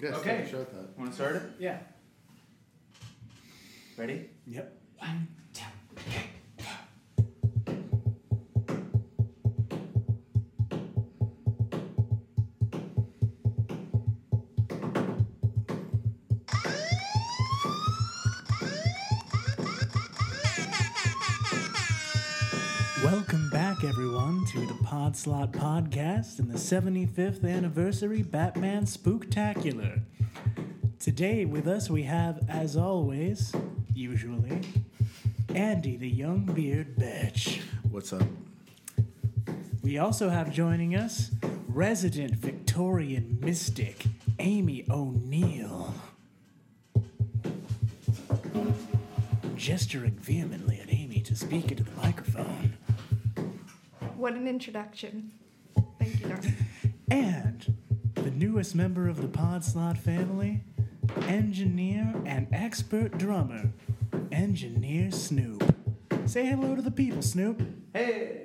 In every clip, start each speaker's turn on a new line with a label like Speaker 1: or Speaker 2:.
Speaker 1: Yes,
Speaker 2: Okay.
Speaker 1: okay. Shot that.
Speaker 2: Want to start it?
Speaker 3: Yeah.
Speaker 2: Ready?
Speaker 3: Yep. Welcome back, everyone, to the Pod Slot Podcast and the 75th anniversary Batman Spooktacular. Today with us we have, as always, usually, Andy the Young Beard Bitch.
Speaker 1: What's up?
Speaker 3: We also have joining us resident Victorian mystic Amy O'Neill. Gesturing vehemently at Amy to speak into the microphone.
Speaker 4: What an introduction. Thank you, Norm.
Speaker 3: And the newest member of the Pod Slot family, engineer and expert drummer, Engineer Snoop. Say hello to the people, Snoop.
Speaker 2: Hey.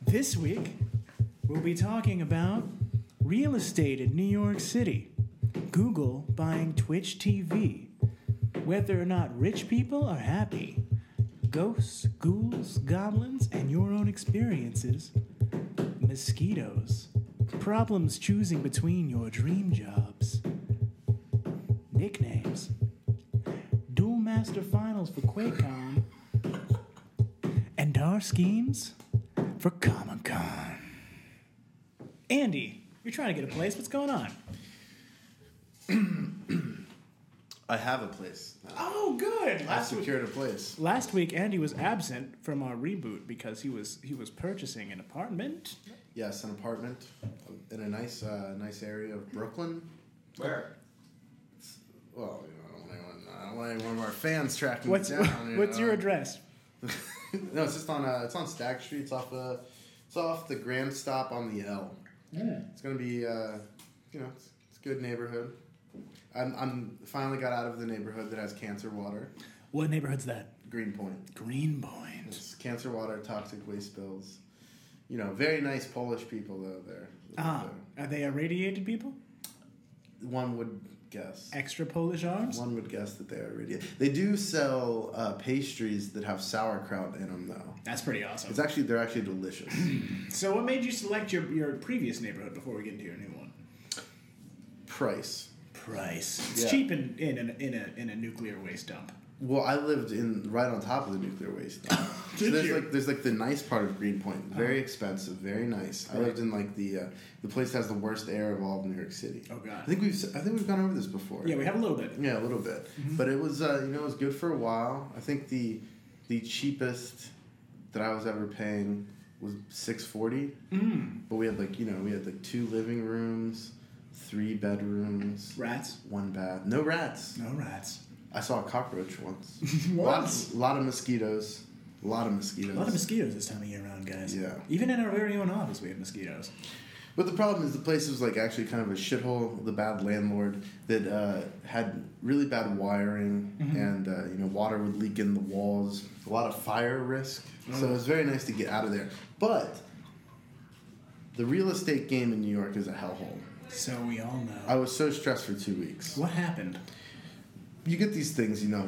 Speaker 3: This week, we'll be talking about real estate in New York City, Google buying Twitch TV, whether or not rich people are happy, ghosts, ghouls, goblins, and your own experiences, mosquitoes, problems choosing between your dream jobs, nicknames, dual master finals for QuakeCon, and our schemes for Comic Con. Andy, you're trying to get a place. What's going on?
Speaker 1: I have a place.
Speaker 3: Oh, good.
Speaker 1: I
Speaker 3: Last week,
Speaker 1: secured a place.
Speaker 3: last week, Andy was absent from our reboot because he was he was purchasing an apartment.
Speaker 1: Yes, an apartment in a nice, uh, nice area of Brooklyn.
Speaker 2: Where?
Speaker 1: Well, you know, I don't want anyone, I don't want any one of our fans tracking
Speaker 3: What's
Speaker 1: me down. you
Speaker 3: what's
Speaker 1: know.
Speaker 3: your address?
Speaker 1: no, it's just on. Uh, it's on Stack Street. It's off. Uh, it's off the Grand Stop on the L. It's gonna be. Uh, you know, it's, it's a good neighborhood. I'm, I'm finally got out of the neighborhood that has cancer water.
Speaker 3: What neighborhood's that?
Speaker 1: Greenpoint.
Speaker 3: Greenpoint.
Speaker 1: It's cancer water, toxic waste spills. You know, very nice Polish people though there.
Speaker 3: Ah, are they irradiated people?
Speaker 1: One would guess.
Speaker 3: Extra Polish arms?
Speaker 1: One would guess that they are really. They do sell uh, pastries that have sauerkraut in them though.
Speaker 3: That's pretty
Speaker 1: It's
Speaker 3: awesome.
Speaker 1: actually they're actually delicious.
Speaker 3: So, what made you select your, your previous neighborhood before we get into your new one?
Speaker 1: Price.
Speaker 3: Price. It's
Speaker 1: Yeah.
Speaker 3: cheap in, in, an, in, a, in a nuclear waste dump.
Speaker 1: Well, I lived in right on top of the nuclear waste. dump. so
Speaker 3: Did
Speaker 1: there's
Speaker 3: you? Uh-huh.
Speaker 1: like there's like the nice part of Greenpoint, very expensive, very nice. I lived in like the uh, the place that has the worst air of all of New York City.
Speaker 3: Oh, God.
Speaker 1: I think we've s- I think we've gone over this before.
Speaker 3: Yeah, we have a little bit.
Speaker 1: Yeah, a little bit.
Speaker 3: Mm-hmm.
Speaker 1: But it was uh, you know it was good for a while. I think the the cheapest that I was ever paying was six forty.
Speaker 3: Mm.
Speaker 1: But we had like you know we had like two living rooms, three bedrooms,
Speaker 3: Rats.
Speaker 1: one bath, no rats.
Speaker 3: No rats.
Speaker 1: I saw a cockroach once.
Speaker 3: Once?
Speaker 1: A lot, lot of mosquitoes. A lot of mosquitoes.
Speaker 3: A lot of mosquitoes this time of year around, guys.
Speaker 1: Yeah.
Speaker 3: Even in our very own office, we have mosquitoes.
Speaker 1: But the problem is the place was like actually kind of a shithole. The bad landlord that uh, had really bad wiring, and uh, you know water would leak in the walls. A lot of fire risk. So it was very nice to get out of there. But the real estate game in New York is a hellhole.
Speaker 3: So we all know.
Speaker 1: I was so stressed for two weeks.
Speaker 3: what happened?
Speaker 1: you get these things, you know.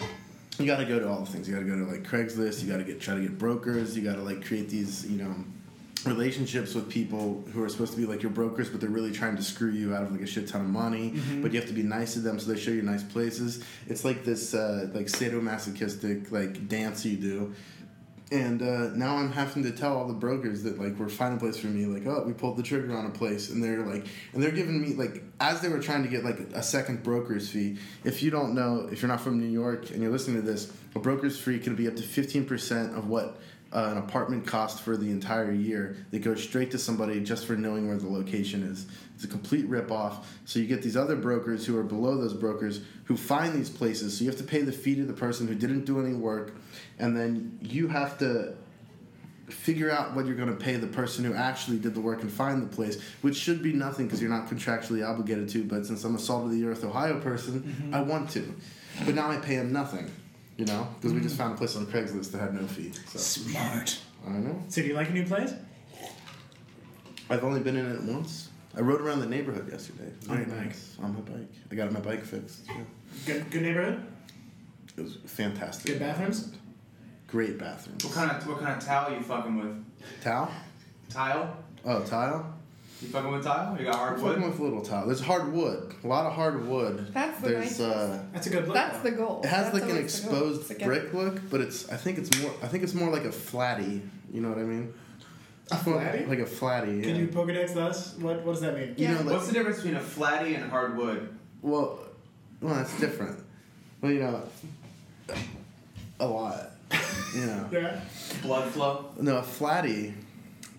Speaker 1: You got to go to all the things. You got to go to like Craigslist. You got to get try to get brokers. You got to like create these, you know, relationships with people who are supposed to be like your brokers, but they're really trying to screw you out of like a shit ton of money. But you have to be nice to them, so they show you nice places. It's like this, uh, like sadomasochistic like dance you do. And uh, now I'm having to tell all the brokers that like we're finding a place for me. Like, oh, we pulled the trigger on a place, and they're like, and they're giving me like as they were trying to get like a second broker's fee. If you don't know, if you're not from New York and you're listening to this, a broker's fee can be up to fifteen percent of what uh, an apartment cost for the entire year. They go straight to somebody just for knowing where the location is. It's a complete rip off. So you get these other brokers who are below those brokers who find these places. So you have to pay the fee to the person who didn't do any work, and then you have to figure out what you're going to pay the person who actually did the work and find the place, which should be nothing because you're not contractually obligated to. But since I'm a salt of the earth Ohio person, I want to. But now I pay him nothing. You know, because we just found a place on Craigslist that had no fee. So
Speaker 3: Smart.
Speaker 1: I don't know.
Speaker 3: So do you like a new place?
Speaker 1: I've only been in it once. I rode around the neighborhood yesterday. It was
Speaker 3: On
Speaker 1: Very
Speaker 3: your bike?
Speaker 1: nice. On my bike. I got my bike fixed. Yeah.
Speaker 2: Good, good neighborhood.
Speaker 1: It was fantastic.
Speaker 2: Good bathrooms.
Speaker 1: Great bathrooms.
Speaker 5: What kind of what kind of towel you fucking with?
Speaker 1: Towel?
Speaker 5: Tile?
Speaker 1: Oh, tile?
Speaker 5: You fucking with tile? You got
Speaker 1: I'm
Speaker 5: hardwood?
Speaker 1: fucking with little tile. There's hardwood. A lot of hardwood.
Speaker 4: That's the
Speaker 1: There's
Speaker 4: nicest.
Speaker 1: uh
Speaker 2: That's a good look.
Speaker 4: That's
Speaker 2: though.
Speaker 4: the goal.
Speaker 1: it has
Speaker 4: That's
Speaker 1: like an
Speaker 4: always the goal,
Speaker 1: exposed
Speaker 4: to get-
Speaker 1: brick look, but it's I think it's more I think it's more like a flatty, you know what I mean?
Speaker 2: A
Speaker 1: More
Speaker 2: flatty?
Speaker 1: Like a flatty, yeah.
Speaker 2: Can you Pokedex us? What What does that mean?
Speaker 1: You
Speaker 4: Yeah.
Speaker 1: know like
Speaker 5: What's the difference between a flatty and hardwood?
Speaker 1: Well, well, that's different. Well, you know, a lot. You know,
Speaker 2: Yeah.
Speaker 5: Blood flow?
Speaker 1: no, a flatty.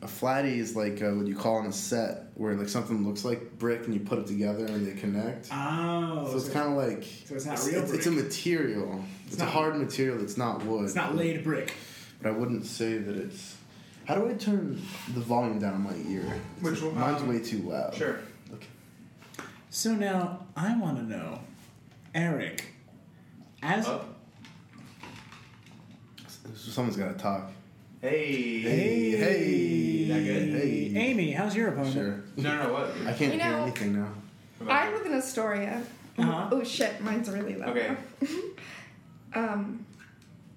Speaker 1: A flatty is like uh, what you call on a set where like something looks like brick and you put it together and they connect.
Speaker 2: Oh.
Speaker 1: so it's kind of like
Speaker 2: so it's not
Speaker 1: it's,
Speaker 2: real
Speaker 1: it's, it's a
Speaker 2: brick.
Speaker 1: material. It's, a
Speaker 2: not-
Speaker 1: hard material. It's not wood.
Speaker 2: It's not laid brick.
Speaker 1: But I wouldn't say that it's. How do I turn the volume down on my ear? It's-
Speaker 5: Which one?
Speaker 1: Mine's
Speaker 5: Um,
Speaker 1: way too loud.
Speaker 5: Sure.
Speaker 1: Okay.
Speaker 3: So now I want to know, Eric, as
Speaker 5: Oh.
Speaker 1: Someone's got to talk.
Speaker 5: Hey.
Speaker 1: Hey, hey.
Speaker 5: Is that good?
Speaker 1: Hey.
Speaker 3: Amy, how's your
Speaker 2: Mm-hmm.
Speaker 3: opponent?
Speaker 1: Sure.
Speaker 5: No, no, no, what?
Speaker 1: I can't
Speaker 4: You
Speaker 1: hear
Speaker 4: know-
Speaker 1: anything now.
Speaker 4: I live in Astoria.
Speaker 3: Uh-huh.
Speaker 4: Oh shit, mine's really low.
Speaker 5: Okay.
Speaker 4: Um,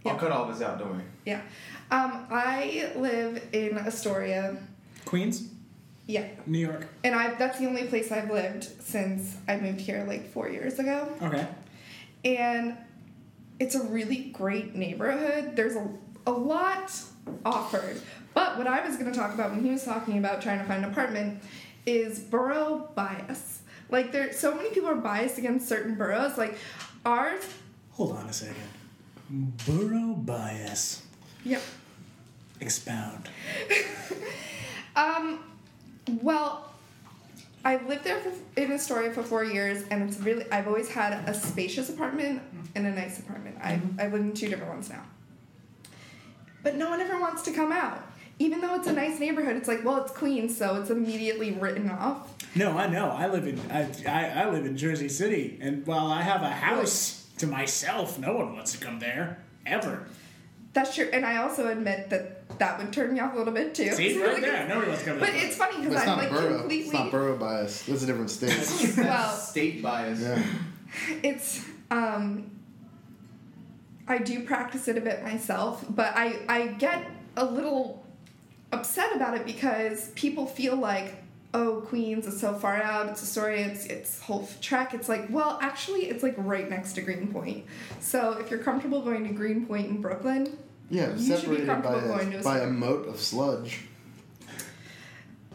Speaker 5: I'll cut all this out, don't worry.
Speaker 4: yeah. Um, I live in Astoria.
Speaker 3: Queens,
Speaker 4: Yeah.
Speaker 3: New York.
Speaker 4: And I that's the only place I've lived since I moved here like 4 years ago.
Speaker 3: Okay.
Speaker 4: and it's a really great neighborhood. There's a, a lot offered. But what I was going to talk about when he was talking about trying to find an apartment is borough bias. Like there so many people are biased against certain boroughs. Like ours,
Speaker 3: Hold on a second. Borough bias.
Speaker 4: yep.
Speaker 3: Expound.
Speaker 4: Um, well, I lived there for, in Astoria for four years, and it's really I've always had a spacious apartment and a nice apartment. I
Speaker 3: Mm-hmm.
Speaker 4: I live in two different ones now. But no one ever wants to come out, even though it's a nice neighborhood. It's like, well, it's Queens, so it's immediately written off.
Speaker 3: No, I know. I live in I, I, I live in Jersey City, and while I have a house to myself, no one wants to come there ever.
Speaker 4: That's true, and I also admit that that would turn me off a little bit too.
Speaker 3: See,
Speaker 4: So,
Speaker 3: right
Speaker 4: like,
Speaker 3: there, nobody wants to come to
Speaker 4: But
Speaker 3: this
Speaker 4: it's funny
Speaker 1: But
Speaker 4: because
Speaker 1: it's
Speaker 4: I'm
Speaker 1: not
Speaker 4: like
Speaker 1: borough.
Speaker 4: completely.
Speaker 1: It's not borough bias. That's a different state.
Speaker 4: Well-
Speaker 5: state bias.
Speaker 1: yeah.
Speaker 4: it's um i do practice it a bit myself but i i get a little upset about it because people feel like oh queens is so far out it's a story it's it's whole track it's like well actually it's like right next to greenpoint so if you're comfortable going to greenpoint in brooklyn
Speaker 1: Yeah,
Speaker 4: You should be
Speaker 1: separated by
Speaker 4: comfortable going to
Speaker 1: a,
Speaker 4: a
Speaker 1: by a
Speaker 4: store.
Speaker 1: moat of sludge.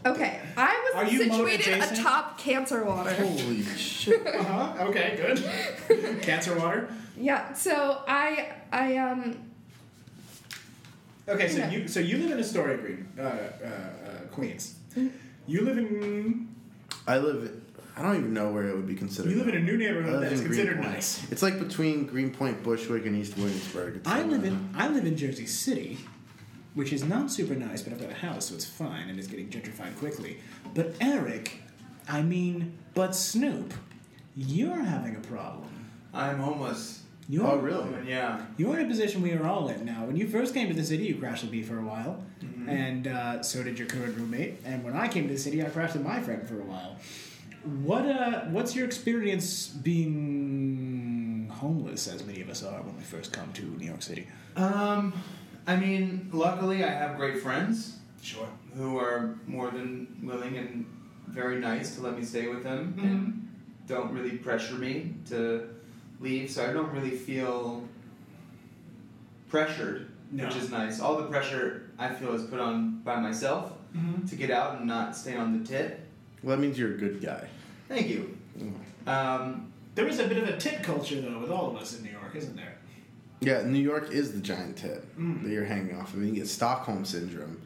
Speaker 4: okay i
Speaker 3: Are
Speaker 4: was
Speaker 3: you moat
Speaker 4: situated
Speaker 3: adjacent?
Speaker 4: atop cancer water
Speaker 1: Holy shit.
Speaker 2: Uh huh.
Speaker 3: Uh-huh.
Speaker 2: Okay. Good. Cancer water.
Speaker 4: yeah so i i um
Speaker 2: Okay. So
Speaker 4: Yeah.
Speaker 2: you so you live in Astoria, Green, uh, uh, uh, Queens.
Speaker 3: Mm-hmm.
Speaker 2: You live in
Speaker 1: I live. I don't even know where it would be considered.
Speaker 2: you live in a new
Speaker 1: I
Speaker 2: neighborhood
Speaker 1: live
Speaker 2: that is
Speaker 1: in
Speaker 2: considered
Speaker 1: Greenpoint.
Speaker 2: nice.
Speaker 1: It's like between Greenpoint, Bushwick, and East Williamsburg. It's
Speaker 3: I
Speaker 1: like,
Speaker 3: live
Speaker 1: uh,
Speaker 3: in I live in Jersey City, which is not super nice, but I've got a house, so it's fine and it's getting gentrified quickly. But Eric, I mean, but Snoop, you're having a problem.
Speaker 5: I'm homeless.
Speaker 3: You're
Speaker 1: Oh, really?
Speaker 5: Yeah.
Speaker 3: You're in a position we are all in now. When you first came to the city, you crashed with me for a while,
Speaker 2: Mm-hmm.
Speaker 3: and uh, so did your current roommate. And when I came to the city, I crashed with my friend for a while. What uh, what's your experience being homeless, as many of us are when we first come to New York City?
Speaker 5: Um, I mean, luckily I have great friends
Speaker 2: Sure.
Speaker 5: who are more than willing and very nice to let me stay with them and don't really pressure me to leave, so I don't really feel pressured,
Speaker 2: No.
Speaker 5: which is nice. All the pressure I feel is put on by myself
Speaker 2: Mm-hmm.
Speaker 5: to get out and not stay on the tip.
Speaker 1: Well, that means you're a good guy.
Speaker 5: Thank you. Um,
Speaker 2: There is a bit of a tit culture though with all of us in New York, isn't there?
Speaker 1: Yeah, New York is the giant tit that you're hanging off of. You get Stockholm syndrome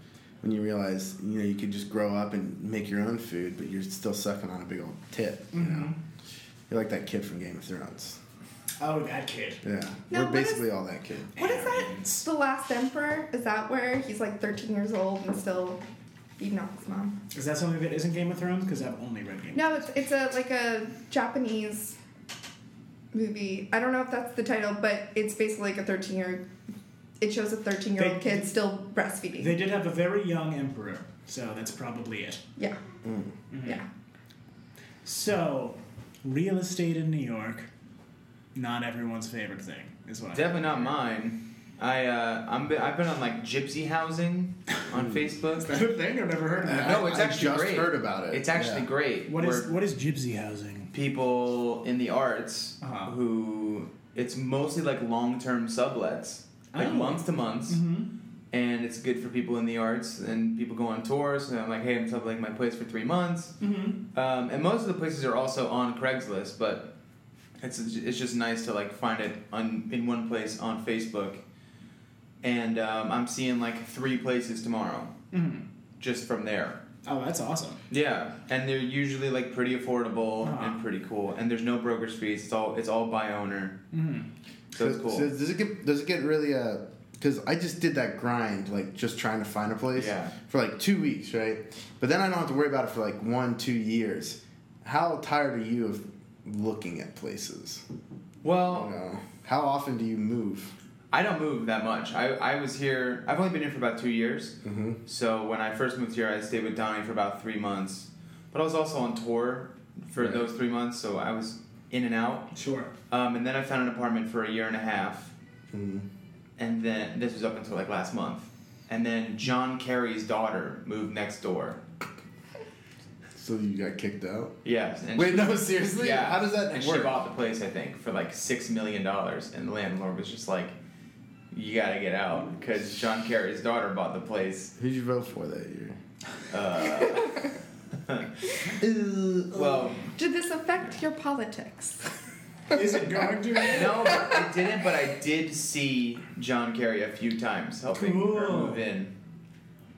Speaker 1: when you realize you know you could just grow up and make your own food, but you're still sucking on a big old tit. You
Speaker 3: Mm-hmm.
Speaker 1: know, you're like that kid from Game of Thrones.
Speaker 2: Oh, that kid.
Speaker 1: Yeah,
Speaker 4: Now,
Speaker 1: we're
Speaker 4: what is-
Speaker 1: basically all that kid.
Speaker 4: What is that?
Speaker 2: Aliens.
Speaker 4: The Last Emperor? Is that where he's like 13 years old and still beating up his mom?
Speaker 3: Is that something that isn't Game of Thrones? Because I've only read Game.
Speaker 4: No, it's it's a like a Japanese movie. I don't know if that's the title, but it's basically like a 13 year. It shows a 13 year old
Speaker 3: They-
Speaker 4: kid still
Speaker 3: of
Speaker 4: breastfeeding.
Speaker 3: Thrones. They did have a very young emperor, so that's probably it.
Speaker 4: yeah,
Speaker 1: Mm.
Speaker 4: yeah.
Speaker 3: So, real estate in New York, not everyone's favorite thing, is what I
Speaker 5: Definitely not mine. I uh, I'm been, I've been on like gypsy housing on
Speaker 2: Is
Speaker 5: Facebook.
Speaker 2: that a thing? I've never heard of that.
Speaker 5: No, it's
Speaker 1: I
Speaker 5: actually
Speaker 1: just
Speaker 5: great.
Speaker 1: heard about it.
Speaker 5: It's actually
Speaker 1: Yeah.
Speaker 5: great.
Speaker 3: What is
Speaker 5: where
Speaker 3: what is gypsy housing?
Speaker 5: people in the arts
Speaker 3: Uh-huh.
Speaker 5: who it's mostly like long term sublets, like
Speaker 3: Oh.
Speaker 5: months to months,
Speaker 3: Mm-hmm.
Speaker 5: and it's good for people in the arts. And people go on tours, and I'm like, hey, I'm subletting my place for three months.
Speaker 3: Mm-hmm.
Speaker 5: Um, and most of the places are also on Craigslist, but it's it's just nice to like find it on in one place on Facebook. And um, I'm seeing like three places tomorrow,
Speaker 3: Mm-hmm.
Speaker 5: just from there.
Speaker 3: Oh, that's awesome.
Speaker 5: Yeah, and they're usually like pretty affordable
Speaker 3: Uh-huh.
Speaker 5: and pretty cool. And there's no brokerage fees. It's all it's all by owner,
Speaker 3: Mm-hmm.
Speaker 5: so it's cool.
Speaker 1: does it get does it get really uh because I just did that grind like just trying to find a place
Speaker 5: Yeah.
Speaker 1: for like two weeks right but then I don't have to worry about it for like one two years how tired are you of looking at places
Speaker 5: well,
Speaker 1: you know how often do you move
Speaker 5: I don't move that much. I, I was here. I've only been here for about two years.
Speaker 1: mm-hmm.
Speaker 5: So when I first moved here, I stayed with Donnie for about three months, but I was also on tour for
Speaker 1: Right.
Speaker 5: those three months, so I was in and out.
Speaker 3: Sure.
Speaker 5: Um, and then I found an apartment for a year and a half,
Speaker 1: Mm-hmm.
Speaker 5: and then this was up until like last month. And then John Kerry's daughter moved next door.
Speaker 1: so you got kicked out
Speaker 5: Yes. And
Speaker 1: wait
Speaker 5: she-
Speaker 1: no seriously
Speaker 5: Yeah.
Speaker 1: how does that
Speaker 5: and
Speaker 1: work
Speaker 5: she bought the place, I think, for like six million dollars, and the landlord was just like, "You gotta get out," because John Kerry's daughter bought the place.
Speaker 1: who'd you vote for that year
Speaker 5: Uh, well.
Speaker 4: Did this affect your politics?
Speaker 2: Is it going to?
Speaker 5: No, I didn't, but I did see John Kerry a few times helping her
Speaker 3: Cool.
Speaker 5: move in.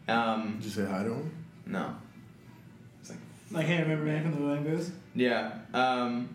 Speaker 5: Um,
Speaker 1: did you say hi to him
Speaker 5: no.
Speaker 3: Like, hey, remember man from the Wedding Booth?
Speaker 5: Yeah. Um,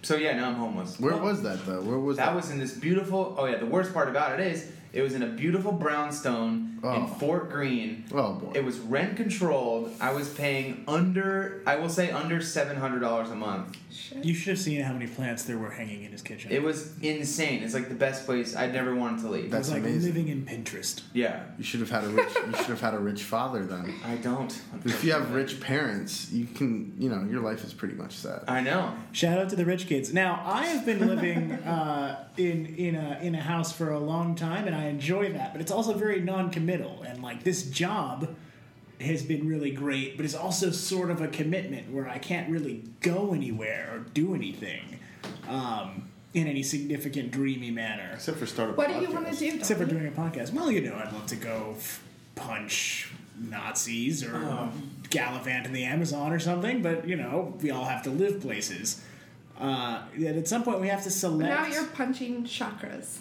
Speaker 5: so yeah, now I'm homeless.
Speaker 1: where was that though where was
Speaker 5: That was in this beautiful. Oh yeah, the worst part about it is it was in a beautiful brownstone
Speaker 1: Oh.
Speaker 5: in Fort Greene.
Speaker 1: oh boy
Speaker 5: It was rent controlled. I was paying under, I will say under seven hundred dollars a month.
Speaker 4: Shit.
Speaker 3: You should have seen how many plants there were hanging in his kitchen.
Speaker 5: It was insane. It's like the best place I'd never wanted to leave.
Speaker 3: It was
Speaker 1: That's
Speaker 3: like
Speaker 1: amazing.
Speaker 3: living in Pinterest.
Speaker 5: yeah,
Speaker 1: you should have had a rich you should have had a rich father then
Speaker 5: I don't.
Speaker 1: If you have
Speaker 5: unfortunately.
Speaker 1: rich parents, you can, you know, your life is pretty much set.
Speaker 5: I know.
Speaker 3: Shout out to the rich kids. Now, I have been living uh, in in a in a house for a long time, and I enjoy that. But it's also very non-committal, and like this job has been really great, but it's also sort of a commitment where I can't really go anywhere or do anything um, in any significant, dreamy manner.
Speaker 1: Except for startup.
Speaker 4: What do you want to do?
Speaker 3: Except for
Speaker 4: Donnie?
Speaker 3: doing a podcast. Well, you know, I'd love to go f- punch Nazis or gallivant in the Amazon or something, but you know, we all have to live places. Uh, that at some point we have to select.
Speaker 4: Now you're punching chakras.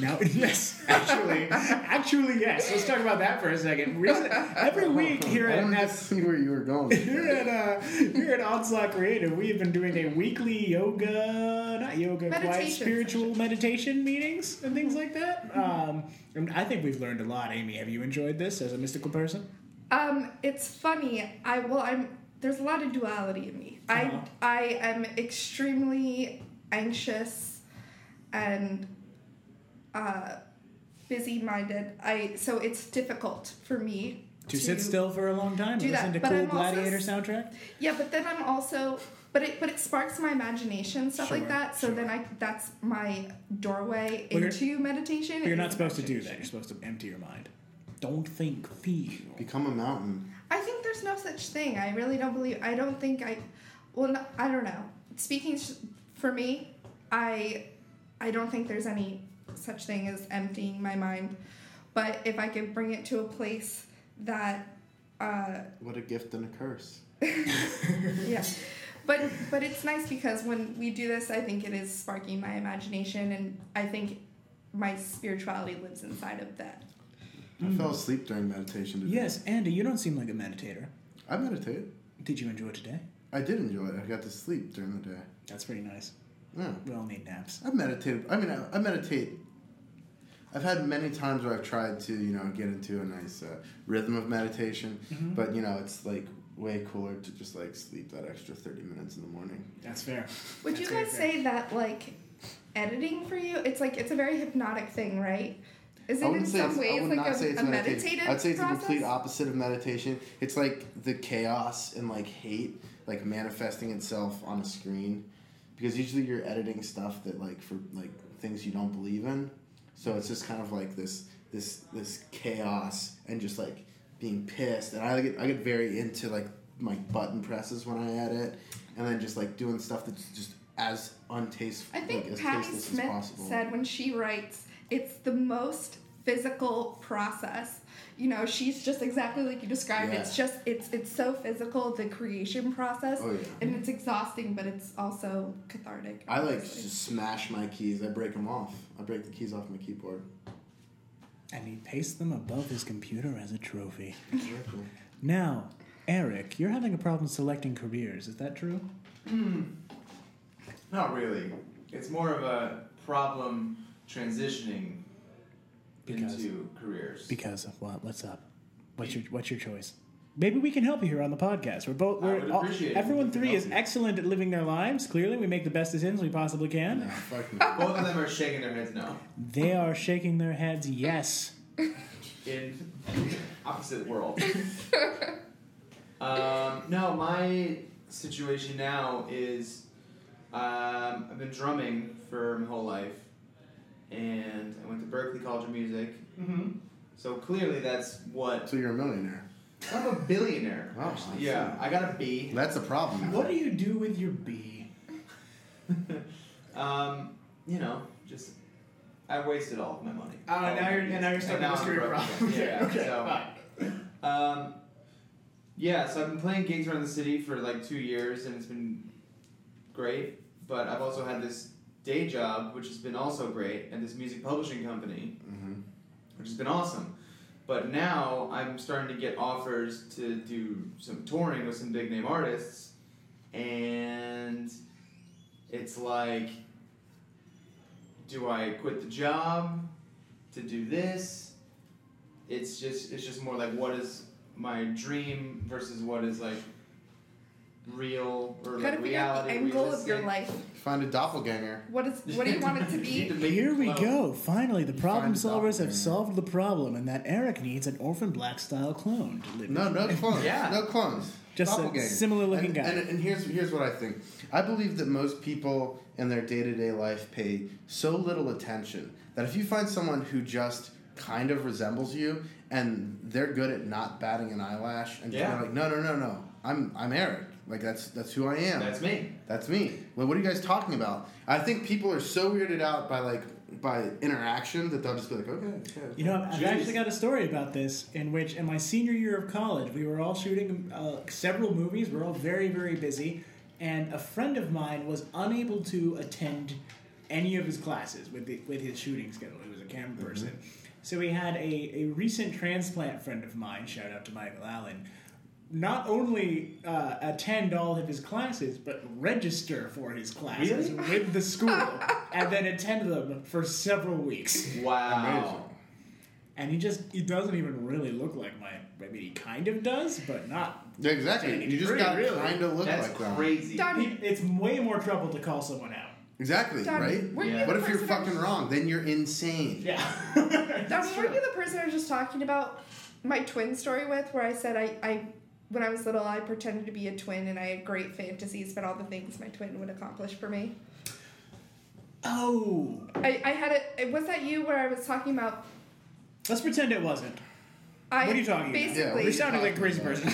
Speaker 3: Now- yes, actually, actually, yes. Let's talk about that for a second. Reason- every week here
Speaker 1: I
Speaker 3: at
Speaker 1: wanted to
Speaker 3: Nats-
Speaker 1: see where you were going. with
Speaker 3: here
Speaker 1: that.
Speaker 3: at uh, here at Onslaught Creative, we have been doing a weekly yoga, not yoga, quite
Speaker 4: Meditation
Speaker 3: spiritual
Speaker 4: session.
Speaker 3: meditation meetings and things like that. Um, and I think we've learned a lot. Amy, have you enjoyed this as a mystical person?
Speaker 4: Um, it's funny. I well, I'm there's a lot of duality in me.
Speaker 3: Uh-huh.
Speaker 4: I I am extremely anxious and uh, busy-minded. I so it's difficult for me
Speaker 3: To, sit still for a long time and
Speaker 4: do
Speaker 3: listen
Speaker 4: that,
Speaker 3: to
Speaker 4: but
Speaker 3: cool
Speaker 4: I'm also
Speaker 3: Gladiator
Speaker 4: s-
Speaker 3: soundtrack.
Speaker 4: Yeah, but then I'm also but it but it sparks my imagination stuff
Speaker 3: Sure,
Speaker 4: like that. So
Speaker 3: sure.
Speaker 4: then I that's my doorway
Speaker 3: Well, you're-
Speaker 4: into meditation.
Speaker 3: But you're
Speaker 4: is
Speaker 3: not supposed to do that.
Speaker 4: imagination.
Speaker 3: You're supposed to empty your mind. Don't think, feel.
Speaker 1: Become a mountain.
Speaker 4: I think there's no such thing. I really don't believe. I don't think I. Well, no, I don't know. Speaking s- for me, I I don't think there's any such thing as emptying my mind. But if I could bring it to a place that, uh,
Speaker 1: What a gift and a curse.
Speaker 4: yeah. But but it's nice because when we do this, I think it is sparking my imagination, and I think my spirituality lives inside of that.
Speaker 1: I fell asleep during meditation today.
Speaker 3: Yes, Andy, you don't seem like a meditator.
Speaker 1: I meditate.
Speaker 3: Did you enjoy today?
Speaker 1: I did enjoy it. I got to sleep during the day.
Speaker 3: That's pretty nice.
Speaker 1: Yeah.
Speaker 3: We all need naps.
Speaker 1: I meditated. I mean, I, I meditate. I've had many times where I've tried to, you know, get into a nice uh, rhythm of meditation, but you know, it's like way cooler to just like sleep that extra thirty minutes in the morning.
Speaker 3: That's fair.
Speaker 4: Would
Speaker 3: That's
Speaker 4: you
Speaker 3: very
Speaker 4: guys
Speaker 3: fair.
Speaker 4: say that like editing for you? It's like it's a very hypnotic thing, right? Is
Speaker 1: I
Speaker 4: it in
Speaker 1: wouldn't say
Speaker 4: some
Speaker 1: it's- I
Speaker 4: ways
Speaker 1: would
Speaker 4: like
Speaker 1: not
Speaker 4: a,
Speaker 1: say it's
Speaker 4: a
Speaker 1: meditative.
Speaker 4: meditative?
Speaker 1: I'd say it's
Speaker 4: process?
Speaker 1: the complete opposite of meditation. It's like the chaos and like hate like manifesting itself on a screen because usually you're editing stuff that like for like things you don't believe in so it's just kind of like this this this chaos and just like being pissed and i get i get very into like my button presses when i edit and then just like doing stuff that's just as untasteful
Speaker 4: I think
Speaker 1: like, as
Speaker 4: Patty
Speaker 1: tasteless as
Speaker 4: Smith
Speaker 1: possible
Speaker 4: said when she writes, it's the most physical process. You know, she's just exactly like you described.
Speaker 1: Yeah.
Speaker 4: It's just it's it's so physical the creation process,
Speaker 1: Oh, yeah.
Speaker 4: and it's exhausting, but it's also cathartic.
Speaker 1: I like
Speaker 4: obviously.
Speaker 1: just smash my keys. I break them off. I break the keys off my keyboard.
Speaker 3: And he pastes them above his computer as a trophy.
Speaker 1: Very cool.
Speaker 3: Now, Eric, you're having a problem selecting careers. Is that true?
Speaker 5: Not really. It's more of a problem transitioning
Speaker 3: Because-
Speaker 5: into careers.
Speaker 3: Because of what? What's up? What's your What's your choice? Maybe we can help you here on the podcast. We're both.
Speaker 5: I
Speaker 3: We're
Speaker 5: would
Speaker 3: all-
Speaker 5: appreciate it if
Speaker 3: everyone
Speaker 5: we could
Speaker 3: three
Speaker 5: help
Speaker 3: is
Speaker 5: you.
Speaker 3: excellent at living their lives. Clearly, we make the best decisions we possibly can.
Speaker 1: No, fuck me.
Speaker 5: Both of them are shaking their heads no.
Speaker 3: They are shaking their heads. Yes.
Speaker 5: in opposite world. um, no, my situation now is um, I've been drumming for my whole life, and I went to Berkeley College of Music.
Speaker 2: Mm-hmm.
Speaker 5: So clearly, that's what
Speaker 1: So you're a millionaire.
Speaker 5: I'm a billionaire.
Speaker 1: Wow, I
Speaker 5: actually. Yeah, I got a B.
Speaker 1: That's a problem.
Speaker 3: What do you do with your B?
Speaker 5: Um, you know, just I wasted all of my money.
Speaker 2: Uh, now you're and now you're starting
Speaker 5: now
Speaker 2: to
Speaker 5: I'm
Speaker 2: your
Speaker 5: broke
Speaker 2: problem.
Speaker 5: again. Yeah,
Speaker 2: okay.
Speaker 5: so-
Speaker 2: fine.
Speaker 5: Um, yeah, so I've been playing gigs around the city for like two years, and it's been great. But I've also had this day job, which has been also great, and this music publishing company,
Speaker 1: hmm
Speaker 5: which has been awesome. But now I'm starting to get offers to do some touring with some big name artists, and it's like, do I quit the job to do this? It's just it's just more like what is my dream versus what is like real or
Speaker 4: Gotta
Speaker 5: like
Speaker 4: figure out
Speaker 5: reality.
Speaker 4: the end goal of
Speaker 5: realistic.
Speaker 4: your life.
Speaker 1: Find a doppelganger.
Speaker 4: What is what do you want it to
Speaker 5: You need
Speaker 4: be?
Speaker 5: to make it
Speaker 3: Here we
Speaker 5: flow.
Speaker 3: go. Finally, the problem
Speaker 1: Find a
Speaker 3: solvers
Speaker 1: doppelganger.
Speaker 3: have solved the problem, and that Eric needs an orphan black style clone to live.
Speaker 1: No,
Speaker 3: in.
Speaker 1: no clones.
Speaker 5: Yeah.
Speaker 1: No clones.
Speaker 3: Just a
Speaker 1: Doppelganger.
Speaker 3: similar-looking
Speaker 1: And-
Speaker 3: guy.
Speaker 1: And, and here's here's what I think. I believe that most people in their day to day life pay so little attention that if you find someone who just kind of resembles you and they're good at not batting an eyelash and just
Speaker 5: Yeah.
Speaker 1: being like, no, no, no, no, I'm I'm Eric. Like that's that's who I am.
Speaker 5: That's me.
Speaker 1: That's me. Well, what are you guys talking about? I think people are so weirded out by like by interaction that they'll just be like, okay, okay. okay.
Speaker 3: You know, I've
Speaker 5: Jeez.
Speaker 3: actually got a story about this in which, in my senior year of college, we were all shooting uh, several movies. We're all very, very busy, and a friend of mine was unable to attend any of his classes with the, with his shooting schedule. He was a camera person, so we had a, a recent transplant friend of mine. Shout out to Michael Allen. Not only uh, attend all of his classes, but register for his classes with the school, and then attend them for several weeks.
Speaker 5: Wow.
Speaker 3: And he just he doesn't even really look like my I mean he kind of does, but not
Speaker 1: Yeah, exactly. You just
Speaker 3: Pretty
Speaker 1: got
Speaker 3: really.
Speaker 1: kind of look
Speaker 5: That's
Speaker 1: like them.
Speaker 5: crazy.
Speaker 4: Done.
Speaker 3: he- it's way more trouble to call someone out.
Speaker 1: Exactly,
Speaker 4: Done.
Speaker 1: right?
Speaker 4: Were you
Speaker 5: Yeah.
Speaker 4: the
Speaker 1: What if you're
Speaker 4: person I-
Speaker 1: fucking wrong? Then you're insane.
Speaker 3: Yeah.
Speaker 4: Dom, were you the person I was just talking about my twin story with, where I said I, I when I was little, I pretended to be a twin and I had great fantasies about all the things my twin would accomplish for me.
Speaker 3: oh.
Speaker 4: I, I had it. Was that you where I was talking about?
Speaker 3: Let's pretend it wasn't.
Speaker 4: I
Speaker 3: What are you talking about?
Speaker 1: Yeah, what are
Speaker 4: Basically,
Speaker 1: you
Speaker 3: You're sounding like a crazy
Speaker 1: talking
Speaker 3: person.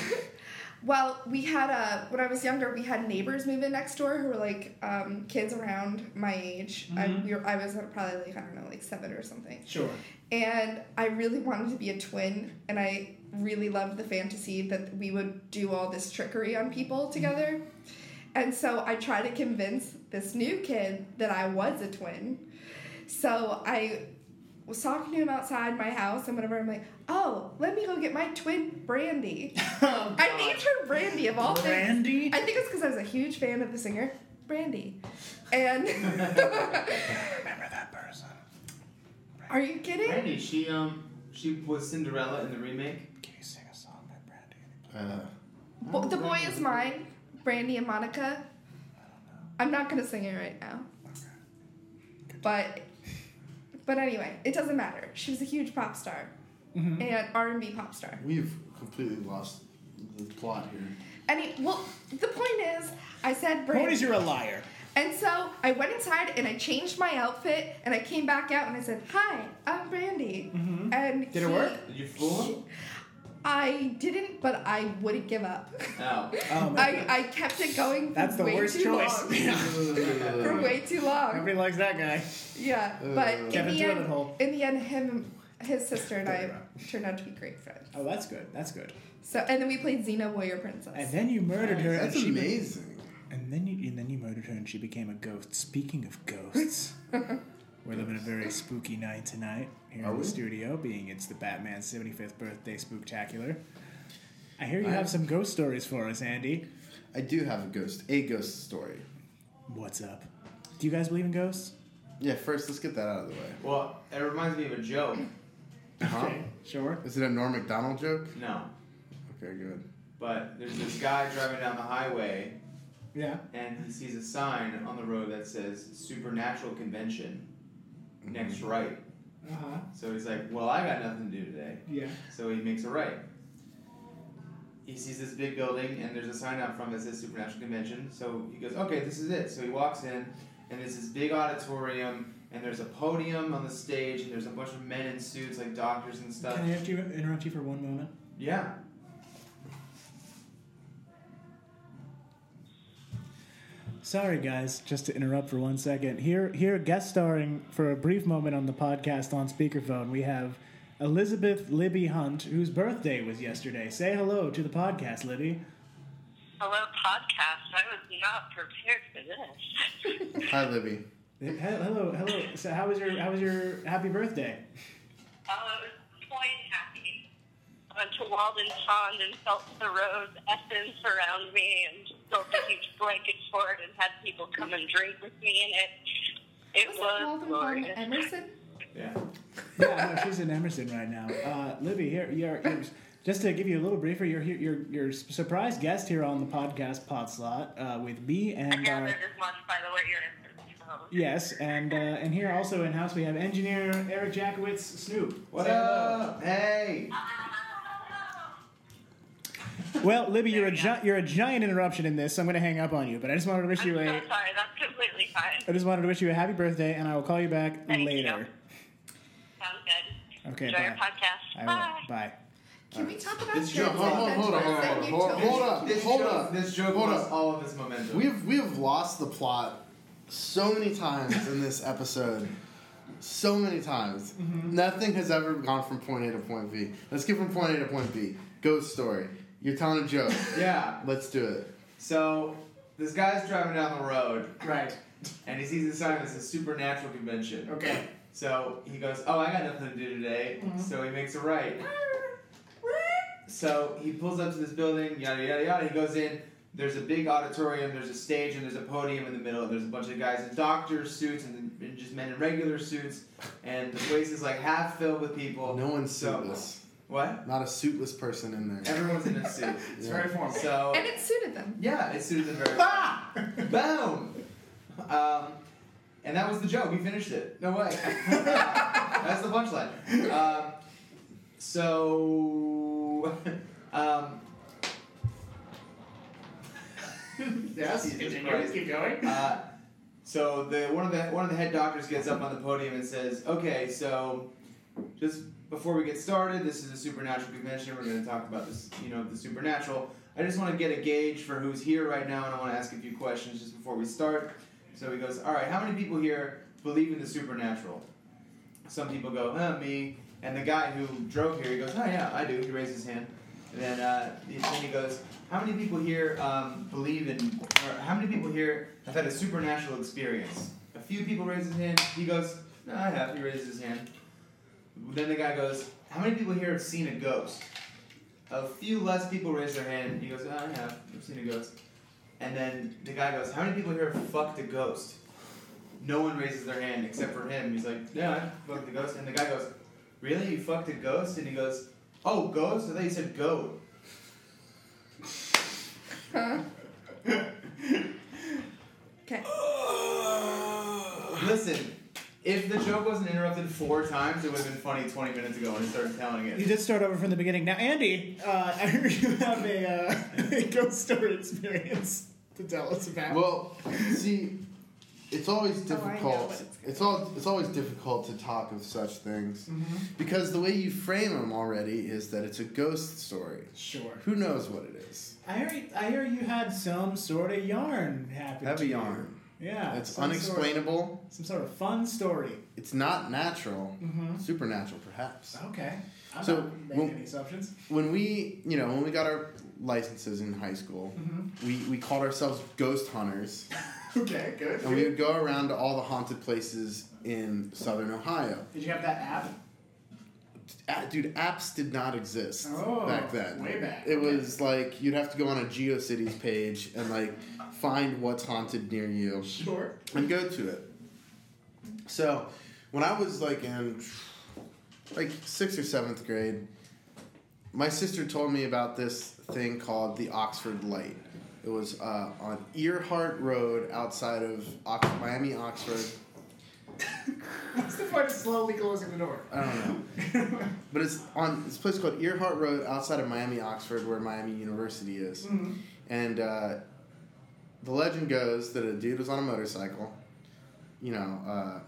Speaker 4: Well, we had a when I was younger, we had neighbors move in next door who were like um, kids around my age. I, we were, I was probably like I don't know, like seven or something.
Speaker 3: Mm-hmm. sure.
Speaker 4: and I really wanted to be a twin, and I really loved the fantasy that we would do all this trickery on people together. And so I tried to convince this new kid that I was a twin. So I was talking to him outside my house, and whenever I'm like, oh, let me go get my twin, Brandy. I named her Brandy of all things.
Speaker 3: Brandy?
Speaker 4: Um, I think it's because I was a huge fan of the singer Brandy. And
Speaker 3: Remember that person.
Speaker 4: are you kidding?
Speaker 5: Brandy, she um she was Cinderella in the remake.
Speaker 3: Can you sing a song by Brandy?
Speaker 1: Uh,
Speaker 4: Bo- the boy is mine, Brandy and Monica. I'm not gonna sing it right now. But but anyway, it doesn't matter. She was a huge pop
Speaker 3: Mm-hmm.
Speaker 4: star and R and B pop star.
Speaker 1: we've completely lost the plot here.
Speaker 4: Any well, the point is, I said brand.
Speaker 3: Point is, you're a liar.
Speaker 4: And so I went inside and I changed my outfit and I came back out and I said, "Hi, I'm Brandy." And
Speaker 3: Mm-hmm. Did it
Speaker 4: he-
Speaker 3: work?
Speaker 5: Did you fool him?
Speaker 4: I didn't, but I wouldn't give up.
Speaker 5: No.
Speaker 3: Oh, man.
Speaker 4: I, I kept it going. For
Speaker 3: That's the
Speaker 4: way
Speaker 3: worst
Speaker 4: too
Speaker 3: choice.
Speaker 4: Long, for way too long.
Speaker 3: Nobody likes that guy.
Speaker 4: Yeah,
Speaker 1: Uh,
Speaker 4: but in
Speaker 3: Kevin
Speaker 4: the
Speaker 3: Toilet
Speaker 4: end,
Speaker 3: Hole.
Speaker 4: in the end, him, his sister and I turned out to be great friends.
Speaker 3: Oh, that's good. That's good.
Speaker 4: So and then we played Xena Warrior Princess.
Speaker 3: And then you murdered her.
Speaker 1: That's
Speaker 3: and she be-
Speaker 1: amazing.
Speaker 3: and then you and then you murdered her, and she became a ghost. Speaking of ghosts, we're living a very spooky night tonight here in the studio, being it's the Batman 75th birthday spooktacular. I hear you have some ghost stories for us, Andy.
Speaker 1: I do have a ghost, a ghost story.
Speaker 3: What's up? Do you guys believe in ghosts?
Speaker 1: Yeah, first let's get that out of the way.
Speaker 5: Well, it reminds me of a joke.
Speaker 3: Uh-huh.
Speaker 1: Huh?
Speaker 3: Sure.
Speaker 1: Is it a Norm Macdonald joke?
Speaker 5: No.
Speaker 1: Okay, good.
Speaker 5: But there's this guy driving down the highway
Speaker 3: Yeah.
Speaker 5: and he sees a sign on the road that says Supernatural Convention, next right.
Speaker 3: Uh huh.
Speaker 5: So he's like, Well, I got nothing to do today.
Speaker 3: Yeah.
Speaker 5: So he makes a right. He sees this big building and there's a sign out front that says Supernatural Convention. So he goes, okay, this is it. So he walks in and there's this big auditorium and there's a podium on the stage and there's a bunch of men in suits like doctors and stuff.
Speaker 3: Can I interrupt you, interrupt you for one moment?
Speaker 5: Yeah.
Speaker 3: Sorry, guys, just to interrupt for one second. Here, here, guest starring for a brief moment on the podcast on speakerphone, we have Elizabeth Libby Hunt, whose birthday was yesterday. Say hello to the podcast, Libby.
Speaker 6: Hello, podcast. I was not prepared for this.
Speaker 1: Hi, Libby.
Speaker 3: He- Hello, hello. So, how was your how was your happy birthday?
Speaker 6: oh, it was quite happy. I went to Walden Pond and felt the rose essence around me and built a huge blanket for it and had people come and drink with me in it. It
Speaker 4: was
Speaker 6: was,
Speaker 4: it Walden Pond
Speaker 6: glorious.
Speaker 4: Emerson?
Speaker 5: Yeah.
Speaker 3: Yeah, no, she's in Emerson right now. Uh, Libby, here, you're, you're, just to give you a little briefer, you're here, you're you're surprise guest here on the podcast Pod Slot uh, with me
Speaker 6: And
Speaker 3: and
Speaker 6: now
Speaker 3: our.
Speaker 6: there is one, by the way, you're in. So.
Speaker 3: Yes, and uh, and here also in house we have engineer Eric Jackowitz Snoop.
Speaker 5: What
Speaker 3: Say hello.
Speaker 5: up? Hey.
Speaker 3: Well, Libby, you're a
Speaker 6: There we
Speaker 3: gi- you're a giant interruption in this, so I'm going to hang up on you. But I just wanted to wish
Speaker 6: I'm
Speaker 3: you
Speaker 6: so
Speaker 3: a
Speaker 6: sorry. That's completely fine.
Speaker 3: I just wanted to wish you a happy birthday, and I will call you back
Speaker 6: Thank you.
Speaker 3: later.
Speaker 6: Sounds good.
Speaker 3: Okay,
Speaker 6: Enjoy your
Speaker 3: bye. I
Speaker 6: podcast.
Speaker 3: will.
Speaker 6: Bye.
Speaker 3: Bye.
Speaker 4: Can
Speaker 3: Uh,
Speaker 4: we talk about
Speaker 1: This
Speaker 4: Kids
Speaker 1: joke- hold on, hold on,
Speaker 4: Adventures
Speaker 1: hold on,
Speaker 4: that you
Speaker 1: hold on,
Speaker 4: told?
Speaker 1: hold on.
Speaker 5: This
Speaker 1: Hold
Speaker 5: joke,
Speaker 1: up.
Speaker 5: This joke
Speaker 1: Hold
Speaker 5: lost
Speaker 1: up.
Speaker 5: all of its momentum.
Speaker 1: We've we have lost the plot so many times in this episode. So many times.
Speaker 4: Mm-hmm.
Speaker 1: Nothing has ever gone from point A to point B. Let's get from point A to point B. Ghost story. You're telling a joke.
Speaker 5: yeah.
Speaker 1: Let's do it.
Speaker 5: So this guy's driving down the road
Speaker 3: Right.
Speaker 5: and he sees a sign that says Supernatural Convention.
Speaker 3: Okay.
Speaker 5: So he goes, Oh, I got nothing to do today. So he makes a right. So he pulls up to this building, yada yada yada. He goes in. There's a big auditorium. There's a stage and there's a podium in the middle. And there's a bunch of guys in doctor suits and, and just men in regular suits. And the place is like half filled with people.
Speaker 1: No one's
Speaker 5: So-
Speaker 1: suitless.
Speaker 5: What?
Speaker 1: Not a suitless person in there.
Speaker 5: Everyone's in a suit.
Speaker 2: It's
Speaker 1: Yeah.
Speaker 2: very formal.
Speaker 5: So
Speaker 4: And it suited them.
Speaker 5: yeah, it suited them very well. Boom. Um, and that was the joke. We finished it. No way. That's the punchline. Um, so, um,
Speaker 2: yes.
Speaker 5: Jesus
Speaker 2: Continue.
Speaker 5: Christ.
Speaker 2: Keep going.
Speaker 5: uh, so the one of the one of the head doctors gets up on the podium and says, "Okay, so just before we get started, this is a supernatural convention. We're going to talk about this, you know, the supernatural. I just want to get a gauge for who's here right now, and I want to ask a few questions just before we start." So he goes, "All right, how many people here believe in the supernatural?" Some people go, "Uh, me." And the guy who drove here, he goes, "Oh yeah, I do." He raises his hand. And then, uh, he- then he goes, "How many people here um, believe in? Or how many people here have had a supernatural experience?" A few people raise his hand. He goes, "No, I have." He raises his hand. Then the guy goes, "How many people here have seen a ghost?" A few less people raise their hand. He goes, "Oh, "I have. I've seen a ghost." And then the guy goes, "How many people here have fucked a ghost?" No one raises their hand except for him. He's like, "Yeah, I fucked a ghost." And the guy goes, "Really? You fucked a ghost?" And he goes, "Oh, ghost? I thought you said goat."
Speaker 4: Okay.
Speaker 5: Listen, If the joke wasn't interrupted four times, it would have been funny 20 minutes ago when he started telling
Speaker 3: You
Speaker 5: it.
Speaker 3: did start over from the beginning. Now, Andy, uh, I heard you have a, uh, a ghost story experience to tell us about.
Speaker 1: Well, see, it's always
Speaker 4: Oh, I know
Speaker 1: difficult.
Speaker 4: what it's
Speaker 1: it's,
Speaker 4: gonna
Speaker 1: all it's always difficult to talk of such things
Speaker 4: Mm-hmm.
Speaker 1: because the way you frame them already is that it's a ghost story.
Speaker 3: sure.
Speaker 1: Who knows what it is?
Speaker 3: I hear, I hear you had some sort of yarn happen.
Speaker 1: Have
Speaker 3: to
Speaker 1: a
Speaker 3: you.
Speaker 1: yarn.
Speaker 3: Yeah.
Speaker 1: It's
Speaker 3: some Sort
Speaker 1: unexplainable.
Speaker 3: of, some sort of fun story.
Speaker 1: It's not natural.
Speaker 6: Mm-hmm.
Speaker 3: Mhm.
Speaker 1: Supernatural, perhaps.
Speaker 3: Okay. I'm
Speaker 1: So,
Speaker 3: not making
Speaker 1: well-
Speaker 3: any assumptions.
Speaker 1: When we, you know, when we got our licenses in high school,
Speaker 3: Mm-hmm.
Speaker 1: we, we called ourselves ghost hunters.
Speaker 3: Okay, good.
Speaker 1: And we would go around to all the haunted places in southern Ohio.
Speaker 3: Did you have that app?
Speaker 1: A- dude, apps did not exist
Speaker 3: Oh,
Speaker 1: back then.
Speaker 3: way back,
Speaker 1: It
Speaker 3: okay.
Speaker 1: was like you'd have to go on a GeoCities page and like find what's haunted near you
Speaker 3: Sure.
Speaker 1: and go to it. So, when I was like in like sixth or seventh grade, my sister told me about this thing called the Oxford Light. It was uh, on Earhart Road outside of Ox- Miami, Oxford.
Speaker 3: What's the point of slowly closing the door? Mm-hmm.
Speaker 1: I don't know. But it's on this place called Earhart Road outside of Miami, Oxford, where Miami University is. And uh, the legend goes that a dude was on a motorcycle. You know, uh,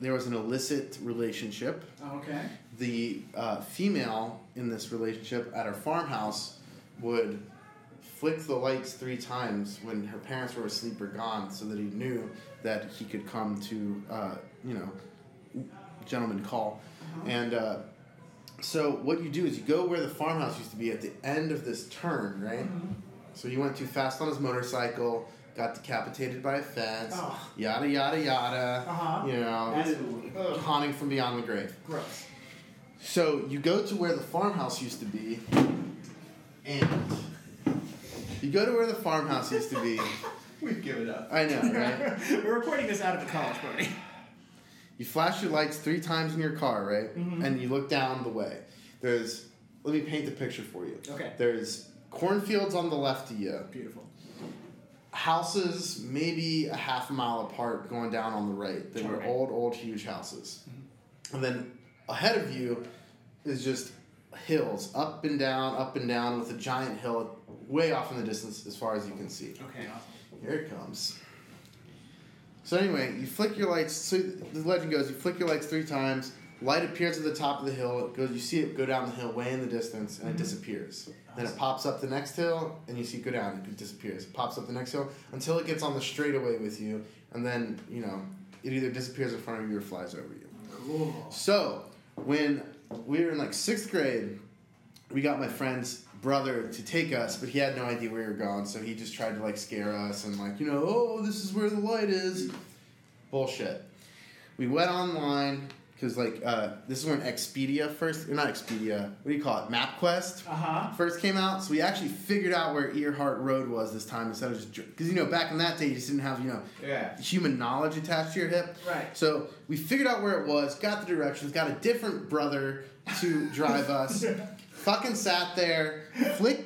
Speaker 1: there was an illicit relationship.
Speaker 3: Okay.
Speaker 1: The uh, female in this relationship at her farmhouse would flick the lights three times when her parents were asleep or gone so that he knew that he could come to, uh, you know, gentleman call.
Speaker 3: Uh-huh.
Speaker 1: And uh, so what you do is you go where the farmhouse used to be at the end of this turn, right?
Speaker 3: Mm-hmm.
Speaker 1: So he went too fast on his motorcycle, got decapitated by a fence,
Speaker 3: Ugh.
Speaker 1: yada yada yada.
Speaker 3: Uh-huh.
Speaker 1: You know,
Speaker 3: That's ugh,
Speaker 1: haunting from beyond the grave.
Speaker 3: gross.
Speaker 1: So you go to where the farmhouse used to be, and you go to where the farmhouse used to be.
Speaker 5: We've given up.
Speaker 1: I know, right?
Speaker 3: We're recording this out of a college party.
Speaker 1: You flash your lights three times in your car, right? And you look down the way. There's, let me paint the picture for you.
Speaker 3: Okay.
Speaker 1: There's cornfields on the left of you,
Speaker 3: Beautiful.
Speaker 1: houses maybe a half mile apart going down on the right. They were
Speaker 3: Alright.
Speaker 1: old, old, huge houses. And then ahead of you is just hills, up and down, up and down, with a giant hill way off in the distance as far as you can see.
Speaker 3: Okay. Awesome.
Speaker 1: Here it comes. So anyway, you flick your lights. So the legend goes: you flick your lights three times. Light appears at the top of the hill. It goes. You see it go down the hill way in the distance, and it disappears. Then it pops up the next hill, and you see it go down. It disappears. It pops up the next hill until it gets on the straightaway with you, and then you know it either disappears in front of you or flies over you.
Speaker 3: Cool.
Speaker 1: So when we were in like sixth grade, we got my friend's brother to take us, but he had no idea where we were going, so he just tried to like scare us and like, you know, oh, this is where the light is. Bullshit. We went online because like uh, this is when Expedia first, or not Expedia, what do you call it? MapQuest
Speaker 3: Uh huh.
Speaker 1: first came out, so we actually figured out where Earhart Road was this time instead of just because you know back in that day you just didn't have you know
Speaker 5: Yeah.
Speaker 1: human knowledge attached to your hip.
Speaker 3: Right.
Speaker 1: So we figured out where it was, got the directions, got a different brother to drive us. Fucking sat there, flick,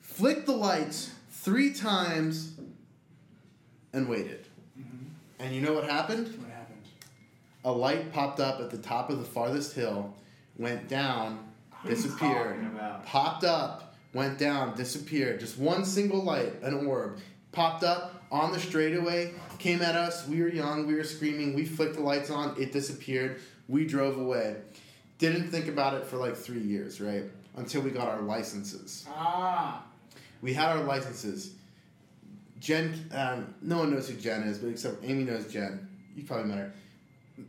Speaker 1: flicked the lights three times, and waited. And you know what happened?
Speaker 3: What happened?
Speaker 1: A light popped up at the top of the farthest hill, went down, disappeared,
Speaker 5: talking about?
Speaker 1: popped up, went down, disappeared. Just one single light, an orb, popped up on the straightaway, came at us. We were young, we were screaming. We flicked the lights on, it disappeared. We drove away. Didn't think about it for like three years, right? Until we got our licenses.
Speaker 3: Ah.
Speaker 1: We had our licenses. Jen, um, no one knows who Jen is, but except Amy knows Jen. You probably met her.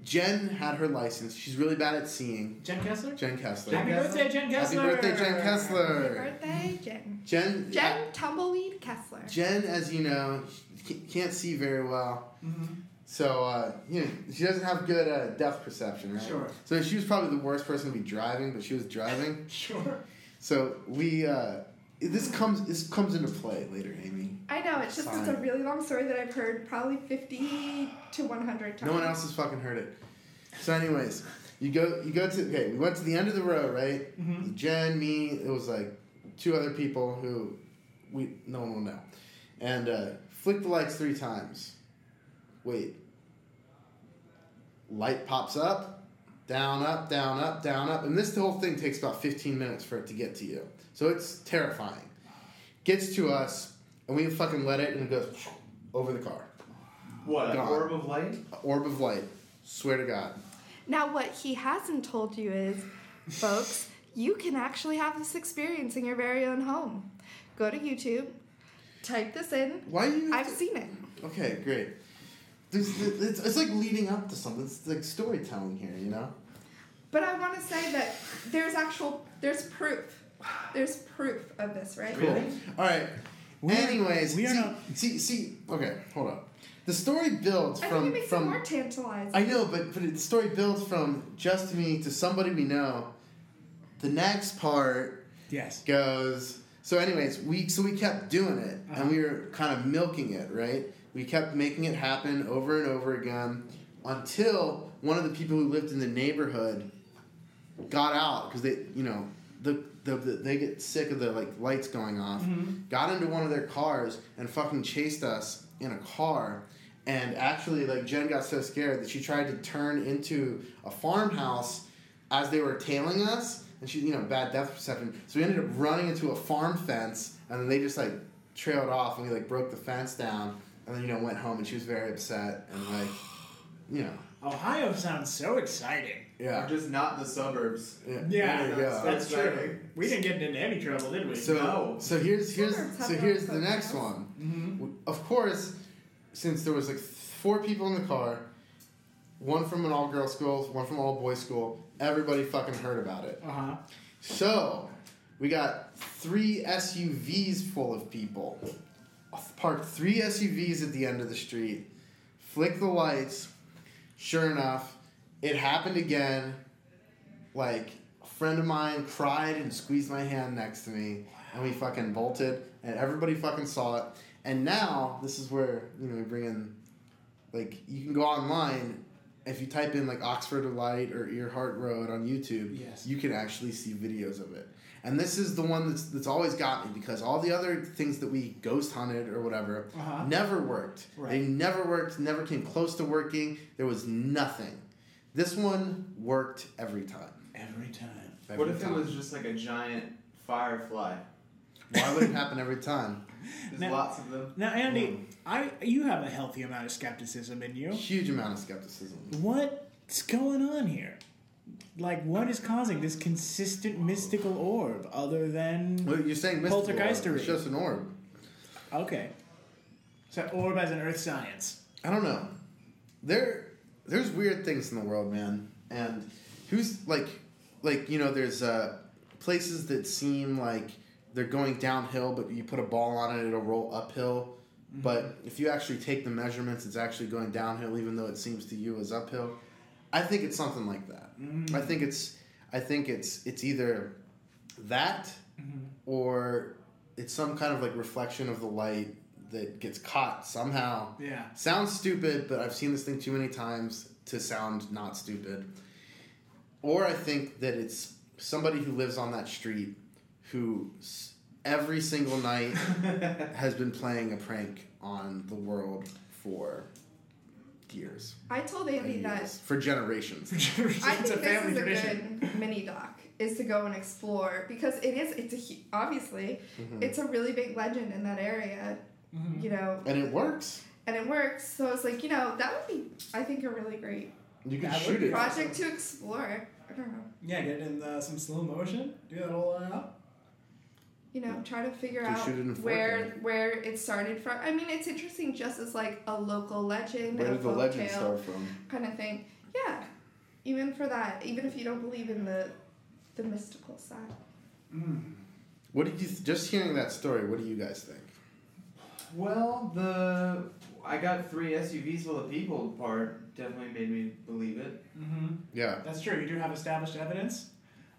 Speaker 1: Jen had her license. She's really bad at seeing.
Speaker 3: Jen Kessler?
Speaker 1: Jen Kessler.
Speaker 3: Happy
Speaker 5: Kessler?
Speaker 3: birthday, Jen
Speaker 1: Happy
Speaker 3: Kessler!
Speaker 1: birthday, Jen Kessler.
Speaker 4: Birthday, Jen.
Speaker 1: Jen.
Speaker 4: Jen Tumbleweed Kessler.
Speaker 1: Jen, as you know, she ca- can't see very well.
Speaker 3: Mm-hmm.
Speaker 1: So, uh, you know, she doesn't have good uh, depth perception, right?
Speaker 3: Sure.
Speaker 1: So she was probably the worst person to be driving, but she was driving.
Speaker 3: Sure.
Speaker 1: So we, uh, this comes this comes into play later, Amy.
Speaker 4: I know, it's just it's a
Speaker 1: Fine.
Speaker 4: really long story that I've heard probably 50 to 100 times.
Speaker 1: No one else has fucking heard it. So, anyways, you go, you go to. Okay, we went to the end of the row, right? Jen, me. It was like two other people who we no one will know, and uh, flick the lights three times. Wait. light pops up, down, up, down, up, down, up. And this whole thing takes about 15 minutes for it to get to you. So it's terrifying. Gets to us, and we fucking let it, and it goes over the car.
Speaker 5: What?
Speaker 1: God.
Speaker 5: Orb of light?
Speaker 1: Orb of light. Swear to God.
Speaker 4: Now, what he hasn't told you is, folks, you can actually have this experience in your very own home. Go to YouTube, type this in.
Speaker 1: Why do you?
Speaker 4: I've seen it.
Speaker 1: Okay, great. There's, it's, it's like leading up to something. It's like storytelling here, you know.
Speaker 4: But I want to say that there's actual, there's proof. There's proof of this, right?
Speaker 1: Cool. All right.
Speaker 3: We are-
Speaker 1: Anyways,
Speaker 3: we are
Speaker 1: see,
Speaker 3: not-
Speaker 1: see, see. Okay, hold up. The story builds
Speaker 4: I
Speaker 1: from
Speaker 4: think it makes
Speaker 1: from.
Speaker 4: it more tantalizing.
Speaker 1: I know, but but the story builds from just me to somebody we know. The next part
Speaker 3: Yes.
Speaker 1: goes. So, anyways, we so we kept doing it, and we were kind of milking it, right? We kept making it happen over and over again until one of the people who lived in the neighborhood got out because they, you know, the, the, the they get sick of the like lights going off. Got into one of their cars and fucking chased us in a car. And actually, like Jen got so scared that she tried to turn into a farmhouse as they were tailing us. And she, you know, bad depth perception. So we ended up running into a farm fence, and then they just like trailed off, and we like broke the fence down, and then you know went home, and she was very upset, and like, you know,
Speaker 3: Ohio sounds so exciting.
Speaker 1: yeah,
Speaker 5: just not in the suburbs.
Speaker 1: yeah,
Speaker 3: Yeah,
Speaker 1: there you
Speaker 5: that's-
Speaker 1: go.
Speaker 5: that's true.
Speaker 3: We didn't get into any trouble, did we?
Speaker 1: So
Speaker 5: No.
Speaker 1: so here's here's
Speaker 4: Suburbs have
Speaker 1: so
Speaker 4: their
Speaker 1: here's
Speaker 4: own
Speaker 1: the next
Speaker 4: programs.
Speaker 1: one. W- Of course, since there was like four people in the car, one from an all girl school, one from all boys school, everybody fucking heard about it.
Speaker 3: Uh huh.
Speaker 1: So we got three SUVs full of people. Parked three SUVs at the end of the street. Flick the lights. Sure enough, it happened again. Like a friend of mine cried and squeezed my hand next to me, and we fucking bolted, and everybody fucking saw it. And now this is where you know we bring in, like you can go online. If you type in like Oxford Light or Earhart Road on YouTube,
Speaker 3: Yes.
Speaker 1: you can actually see videos of it. And this is the one that's, that's always got me because all the other things that we ghost hunted or whatever
Speaker 3: Uh-huh.
Speaker 1: never worked. They
Speaker 3: Right.
Speaker 1: never worked, never came close to working. There was nothing. This one worked every time.
Speaker 3: Every time.
Speaker 1: Every
Speaker 5: What if it
Speaker 1: time.
Speaker 5: was just like a giant firefly?
Speaker 1: Why would it happen every time?
Speaker 5: There's
Speaker 3: Now-
Speaker 5: lots of them.
Speaker 3: Now, Andy, I you have a healthy amount of skepticism in you.
Speaker 1: Huge amount of skepticism.
Speaker 3: What's going on here? Like, what is causing this consistent mystical orb other than.
Speaker 1: Well, you're saying mystical orb.
Speaker 3: Poltergeistery.
Speaker 1: It's just an orb.
Speaker 3: Okay. So, orb as an earth science.
Speaker 1: I don't know. There, there's weird things in the world, man. And who's like, like you know, there's uh, places that seem like they're going downhill, but you put a ball on it, it'll roll uphill. But if you actually take the measurements, it's actually going downhill, even though it seems to you as uphill. I think it's something like that. I think it's, I think it's, it's either that or it's some kind of like reflection of the light that gets caught somehow.
Speaker 3: Yeah.
Speaker 1: Sounds stupid, but I've seen this thing too many times to sound not stupid. Or I think that it's somebody who lives on that street who s- every single night has been playing a prank on the world for years.
Speaker 4: I told Andy that
Speaker 1: years for generations.
Speaker 4: I
Speaker 3: it's
Speaker 4: think
Speaker 3: a family
Speaker 4: this is
Speaker 3: tradition.
Speaker 4: a good mini doc is to go and explore because it is it's a hu- obviously
Speaker 1: Mm-hmm.
Speaker 4: it's a really big legend in that area,
Speaker 3: Mm-hmm.
Speaker 4: you know,
Speaker 1: and it works.
Speaker 4: and it works. So it's like you know that would be I think a really great
Speaker 1: You can
Speaker 3: That would
Speaker 1: shoot
Speaker 3: be
Speaker 1: it.
Speaker 4: project to explore. I don't know,
Speaker 3: Yeah, get in uh, some slow motion. Do that whole lot out.
Speaker 4: you know, try to figure
Speaker 1: To
Speaker 4: out
Speaker 1: shoot it in 4K.
Speaker 4: where where it started from. I mean, it's interesting just as like a local legend,
Speaker 1: Where
Speaker 4: a
Speaker 1: did the
Speaker 4: folk
Speaker 1: legend
Speaker 4: tale.
Speaker 1: start from?
Speaker 4: kind of thing. Yeah, even for that, even if you don't believe in the the mystical side.
Speaker 1: What did you th- just hearing that story? What do you guys think?
Speaker 5: Well, the I got three SUVs full of people part definitely made me believe it.
Speaker 3: Mm-hmm.
Speaker 1: Yeah,
Speaker 3: That's true. You do have established evidence.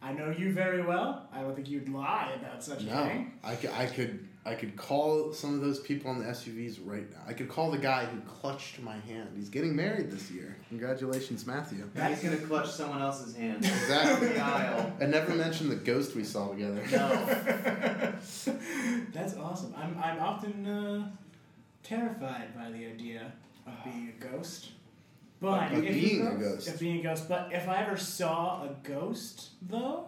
Speaker 3: I know you very well. I don't think you'd lie about such a
Speaker 1: no,
Speaker 3: thing.
Speaker 1: I could, I could, I could call some of those people on the SUVs right now. I could call the guy who clutched my hand. He's getting married this year. Congratulations, Matthew.
Speaker 5: And he's gonna clutch someone else's hand
Speaker 1: Exactly.
Speaker 5: down the aisle.
Speaker 1: And never mention the ghost we saw together.
Speaker 5: No.
Speaker 3: That's awesome. I'm, I'm often uh, terrified by the idea of being a ghost. But
Speaker 1: Of
Speaker 3: if-
Speaker 1: being a ghost.
Speaker 3: Of being a ghost. But if I ever saw a ghost, though,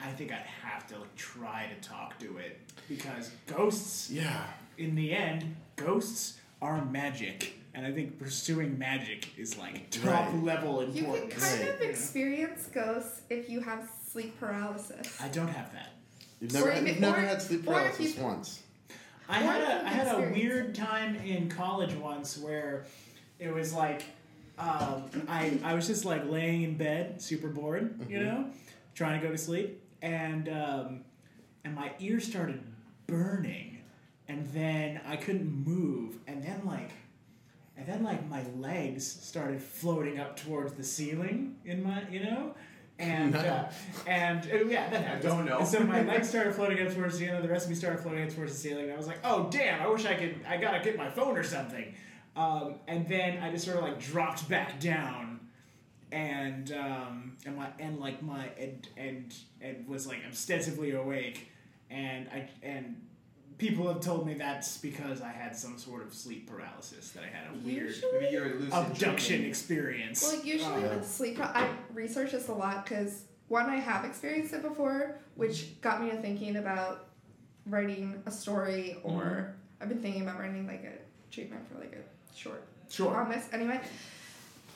Speaker 3: I think I'd have to try to talk to it because ghosts,
Speaker 1: Yeah.
Speaker 3: in the end, ghosts are magic, and I think pursuing magic is like top
Speaker 1: Right.
Speaker 3: level
Speaker 4: You can
Speaker 3: importance.
Speaker 4: kind of
Speaker 1: Right.
Speaker 4: experience ghosts if you have sleep paralysis.
Speaker 3: I don't have that.
Speaker 1: You've never,
Speaker 4: Or
Speaker 1: had,
Speaker 4: if-
Speaker 1: you've never
Speaker 4: or-
Speaker 1: had sleep
Speaker 4: or if
Speaker 1: paralysis
Speaker 4: you-
Speaker 1: once.
Speaker 3: I
Speaker 4: Or
Speaker 3: had
Speaker 4: if
Speaker 3: a
Speaker 4: you
Speaker 3: I had a
Speaker 4: experience it.
Speaker 3: weird time in college once where it was like um, I I was just like laying in bed, super bored, you know, trying to go to sleep, and um, and my ear started burning, and then I couldn't move, and then like. And then, like my legs started floating up towards the ceiling in my, you know, and uh, and uh, yeah, that happens.
Speaker 5: don't know.
Speaker 3: And so my legs started floating up towards the ceiling. The rest of me started floating up towards the ceiling. And I was like, oh damn! I wish I could. I gotta get my phone or something. Um, and then I just sort of like dropped back down, and um, and my and like my and and and was like ostensibly awake, and I and. People have told me that's because I had some sort of sleep paralysis that I had a
Speaker 5: Maybe
Speaker 3: weird
Speaker 4: Usually,
Speaker 5: you're lucid
Speaker 3: abduction
Speaker 5: dreaming.
Speaker 3: experience.
Speaker 4: well, usually
Speaker 1: Yeah.
Speaker 4: with sleep, par- I research this a lot because one, I have experienced it before, which got me to thinking about writing a story, or I've been thinking about writing like a treatment for like a short
Speaker 3: sure.
Speaker 4: on this anyway.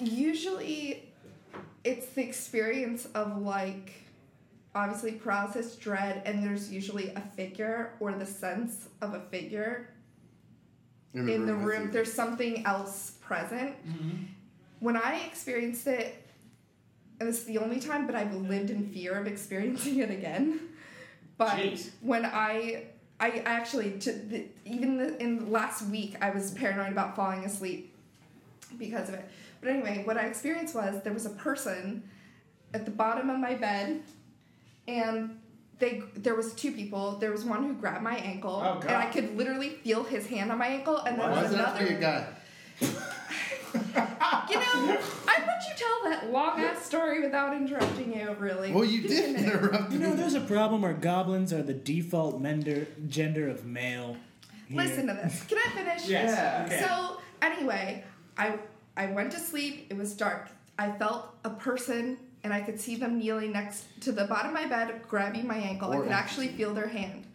Speaker 4: Usually, it's the experience of like obviously paralysis, dread, and there's usually a figure or the sense of a figure in the
Speaker 1: with
Speaker 4: room. Mm-hmm.
Speaker 1: you.
Speaker 4: There's something else present. When I experienced it, and this is the only time, but I've lived in fear of experiencing it again. But
Speaker 3: Jeez.
Speaker 4: when I, I actually, to the, even the, in the last week, I was paranoid about falling asleep because of it. But anyway, what I experienced was there was a person at the bottom of my bed, and they there was two people. There was one who grabbed my ankle,
Speaker 3: Oh,
Speaker 4: and I
Speaker 3: God.
Speaker 4: could literally feel his hand on my ankle, and then
Speaker 1: Why
Speaker 4: there was
Speaker 1: does it have to
Speaker 4: another.
Speaker 1: be a guy?
Speaker 4: You know, I let you tell that long ass story without interrupting you. Really?
Speaker 1: Well, you did
Speaker 4: Give me a minute.
Speaker 1: interrupt
Speaker 3: You
Speaker 1: me.
Speaker 3: know, there's a problem where goblins are the default mender, gender of male. here.
Speaker 4: Listen to this. Can I finish?
Speaker 3: Yes.
Speaker 5: Yeah.
Speaker 3: Okay.
Speaker 4: So anyway, I I went to sleep. It was dark. I felt a person, and I could see them kneeling next to the bottom of my bed, grabbing my ankle. I
Speaker 1: Or
Speaker 4: could
Speaker 1: empty.
Speaker 4: actually feel their hand.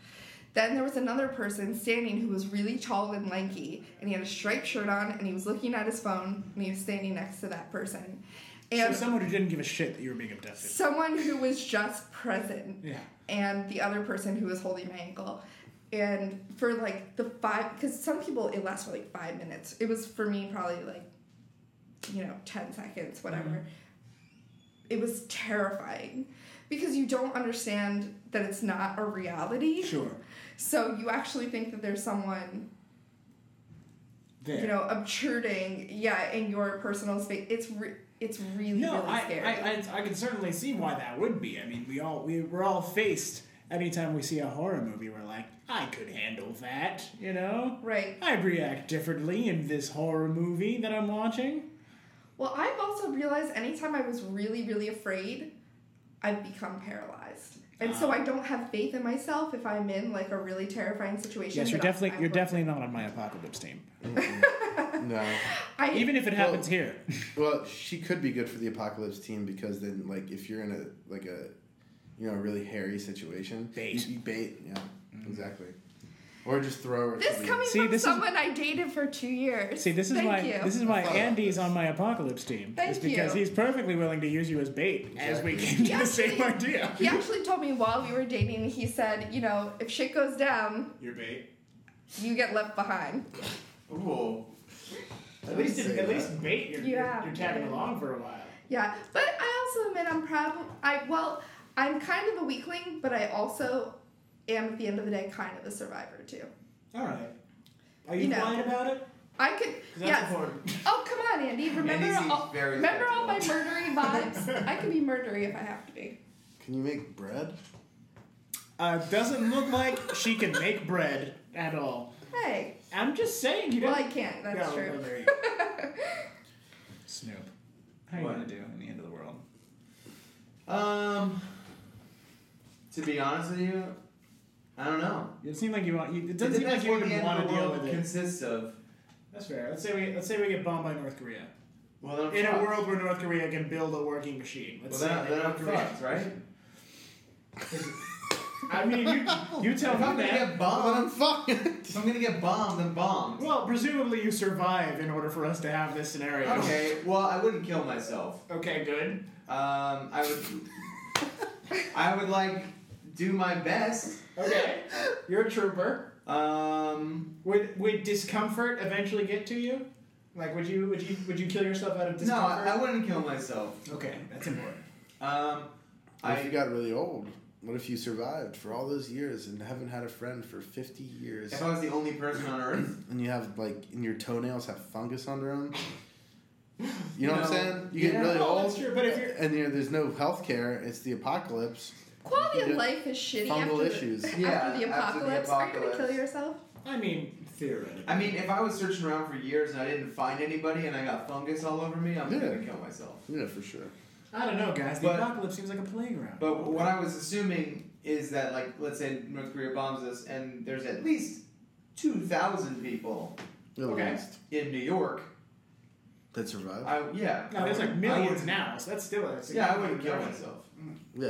Speaker 4: Then there was another person standing who was really tall and lanky, and he had a striped shirt on, and he was looking at his phone, and he was standing next to that person,
Speaker 3: So
Speaker 4: and
Speaker 3: someone who didn't give a shit that you were being abducted.
Speaker 4: someone who was just present
Speaker 3: Yeah.
Speaker 4: and the other person who was holding my ankle. And for like the five, because some people it lasts for like five minutes. It was for me probably like, you know, 10 seconds, whatever.
Speaker 3: Mm-hmm.
Speaker 4: It was terrifying because you don't understand that it's not a reality.
Speaker 3: Sure.
Speaker 4: So you actually think that there's someone,
Speaker 3: There.
Speaker 4: you know, obtruding, yeah, in your personal space. It's re- it's really
Speaker 3: no,
Speaker 4: really
Speaker 3: I,
Speaker 4: scary.
Speaker 3: I, I, I can certainly see why that would be. I mean, we all we, we're all faced. Anytime we see a horror movie, we're like, I could handle that. You know.
Speaker 4: right.
Speaker 3: I react differently in this horror movie that I'm watching.
Speaker 4: Well, I've also realized anytime I was really, really afraid, I've become paralyzed. And so I don't have faith in myself if I'm in like a really terrifying situation.
Speaker 3: Yes, you're
Speaker 4: that I-
Speaker 3: definitely
Speaker 4: I'm
Speaker 3: you're
Speaker 4: going-
Speaker 3: definitely not on my apocalypse team.
Speaker 1: No.
Speaker 4: I,
Speaker 3: Even if it happens here.
Speaker 1: Well, she could be good for the apocalypse team because then, like, if you're in a like a, you know, a really hairy situation,
Speaker 3: Bait.
Speaker 1: you, you bait. Yeah, exactly. Or just throw her. to
Speaker 4: this
Speaker 1: the-
Speaker 4: coming
Speaker 3: See,
Speaker 4: from
Speaker 3: this is-
Speaker 4: someone I dated for two years.
Speaker 3: See, this is
Speaker 4: Thank
Speaker 3: why
Speaker 4: you.
Speaker 3: this is why
Speaker 1: thought about
Speaker 3: Andy's on my apocalypse team.
Speaker 4: Thank
Speaker 3: is because
Speaker 4: you.
Speaker 3: he's perfectly willing to use you as bait as we
Speaker 1: Exactly.
Speaker 3: came to
Speaker 4: He
Speaker 3: the same
Speaker 4: actually-
Speaker 3: idea.
Speaker 4: he actually told me while we were dating, he said, you know, if shit goes down,
Speaker 3: Your bait.
Speaker 4: you get left behind.
Speaker 5: Ooh.
Speaker 1: I
Speaker 3: At least
Speaker 1: didn't say
Speaker 3: at
Speaker 1: that.
Speaker 3: least bait you're
Speaker 4: Yeah.
Speaker 3: you're, you're tagging along for a while.
Speaker 4: Yeah, but I also admit I'm proud. I well, I'm kind of a weakling, but I also am at the end of the day kind of a survivor too.
Speaker 3: Alright. Are you,
Speaker 4: You know.
Speaker 3: quiet about it?
Speaker 4: I could.
Speaker 3: 'Cause that's
Speaker 4: Yes.
Speaker 3: important.
Speaker 4: Oh come on, Andy. Remember
Speaker 5: Andy seems
Speaker 4: all,
Speaker 5: very
Speaker 4: remember all my
Speaker 5: skeptical.
Speaker 4: murdery vibes. I could be murdery if I have to be.
Speaker 1: Can you make bread?
Speaker 3: Uh, doesn't look like she can make bread at all.
Speaker 4: Hey.
Speaker 3: I'm just saying you
Speaker 4: Well, I
Speaker 3: don't
Speaker 4: can't. That's
Speaker 3: No, no,
Speaker 4: true.
Speaker 3: there you go. Snoop. How you
Speaker 5: What
Speaker 3: gonna
Speaker 5: to do in the end of the world? Um. To be honest with you, I don't know.
Speaker 3: do? It seemed like you want you, it doesn't seem like
Speaker 5: depends
Speaker 3: you
Speaker 5: what the
Speaker 3: even
Speaker 5: end
Speaker 3: want
Speaker 5: of
Speaker 3: to
Speaker 5: the
Speaker 3: deal
Speaker 5: world
Speaker 3: with it.
Speaker 5: Consists of
Speaker 3: That's fair. Let's say we let's say we get bombed by North Korea.
Speaker 5: Well, then I'm
Speaker 2: in a
Speaker 5: fucked.
Speaker 2: world where North Korea can build a working machine. Let's say
Speaker 5: Well, then, I-
Speaker 2: that
Speaker 5: then I'm
Speaker 2: North Korea-
Speaker 5: fucked, right?
Speaker 2: I mean, you, you tell
Speaker 5: If I'm
Speaker 2: me
Speaker 5: gonna
Speaker 2: that.
Speaker 5: get
Speaker 1: Well, then I'm
Speaker 5: bombed,
Speaker 1: fucked.
Speaker 5: if I'm gonna get bombed, then bombed.
Speaker 2: Well, presumably you survive in order for us to have this scenario.
Speaker 5: Okay, well, I wouldn't kill myself.
Speaker 2: Okay, good.
Speaker 5: Um, I would. I would like do my best.
Speaker 2: Okay. You're a trooper.
Speaker 5: Um,
Speaker 2: Would would discomfort eventually get to you? Like would you would you would you kill yourself out of
Speaker 5: no,
Speaker 2: discomfort?
Speaker 5: I, I wouldn't kill myself.
Speaker 2: Okay, that's important.
Speaker 5: Um,
Speaker 1: What if you
Speaker 5: I
Speaker 1: got really old? What if you survived for all those years and haven't had a friend for 50 years?
Speaker 5: if I was the only person on earth,
Speaker 1: and you have like and your toenails have fungus under them. You know what I'm
Speaker 5: No.
Speaker 1: saying? You get
Speaker 5: Yeah.
Speaker 1: really
Speaker 2: No,
Speaker 1: old,
Speaker 2: that's true, but if you're-
Speaker 1: and you know, there's no health care. It's the apocalypse.
Speaker 4: Quality of
Speaker 1: Yeah.
Speaker 4: life is shitty
Speaker 1: Fungal
Speaker 4: after,
Speaker 1: issues.
Speaker 4: The,
Speaker 5: Yeah,
Speaker 4: after,
Speaker 5: after the
Speaker 4: the apocalypse. Are you gonna kill
Speaker 5: apocalypse.
Speaker 4: yourself?
Speaker 2: I mean theoretically.
Speaker 5: I mean, if I was searching around for years and I didn't find anybody and I got fungus all over me, I'm
Speaker 1: Yeah.
Speaker 5: gonna kill myself.
Speaker 1: Yeah, for sure.
Speaker 2: I don't know, guys. The
Speaker 5: But-
Speaker 2: apocalypse seems like a playground.
Speaker 5: But what I was assuming is that, like, let's say North Korea bombs us and there's at least two thousand people
Speaker 1: At
Speaker 2: Okay.
Speaker 1: least
Speaker 5: in New York.
Speaker 1: that survived.
Speaker 5: I yeah.
Speaker 2: no, there's like
Speaker 5: I would- I
Speaker 2: millions
Speaker 5: would-
Speaker 2: now, so that's still a
Speaker 5: Yeah, I
Speaker 2: significant
Speaker 5: wouldn't kill
Speaker 2: reduction.
Speaker 5: myself.
Speaker 1: yeah,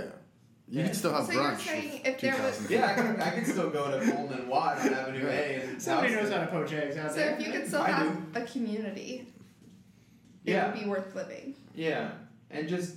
Speaker 1: you
Speaker 5: Yeah.
Speaker 1: could still have
Speaker 4: So you're
Speaker 1: brunch.
Speaker 4: saying
Speaker 1: with
Speaker 4: if there was-
Speaker 1: 2,000
Speaker 5: Yeah, I could, I could still go to Pullman Watt on Avenue A. And
Speaker 2: Somebody
Speaker 5: South-
Speaker 2: knows how to poach eggs out
Speaker 4: So
Speaker 2: there.
Speaker 4: if you could still
Speaker 5: I
Speaker 4: have a community, it
Speaker 5: Yeah.
Speaker 4: would be worth living.
Speaker 5: Yeah, and just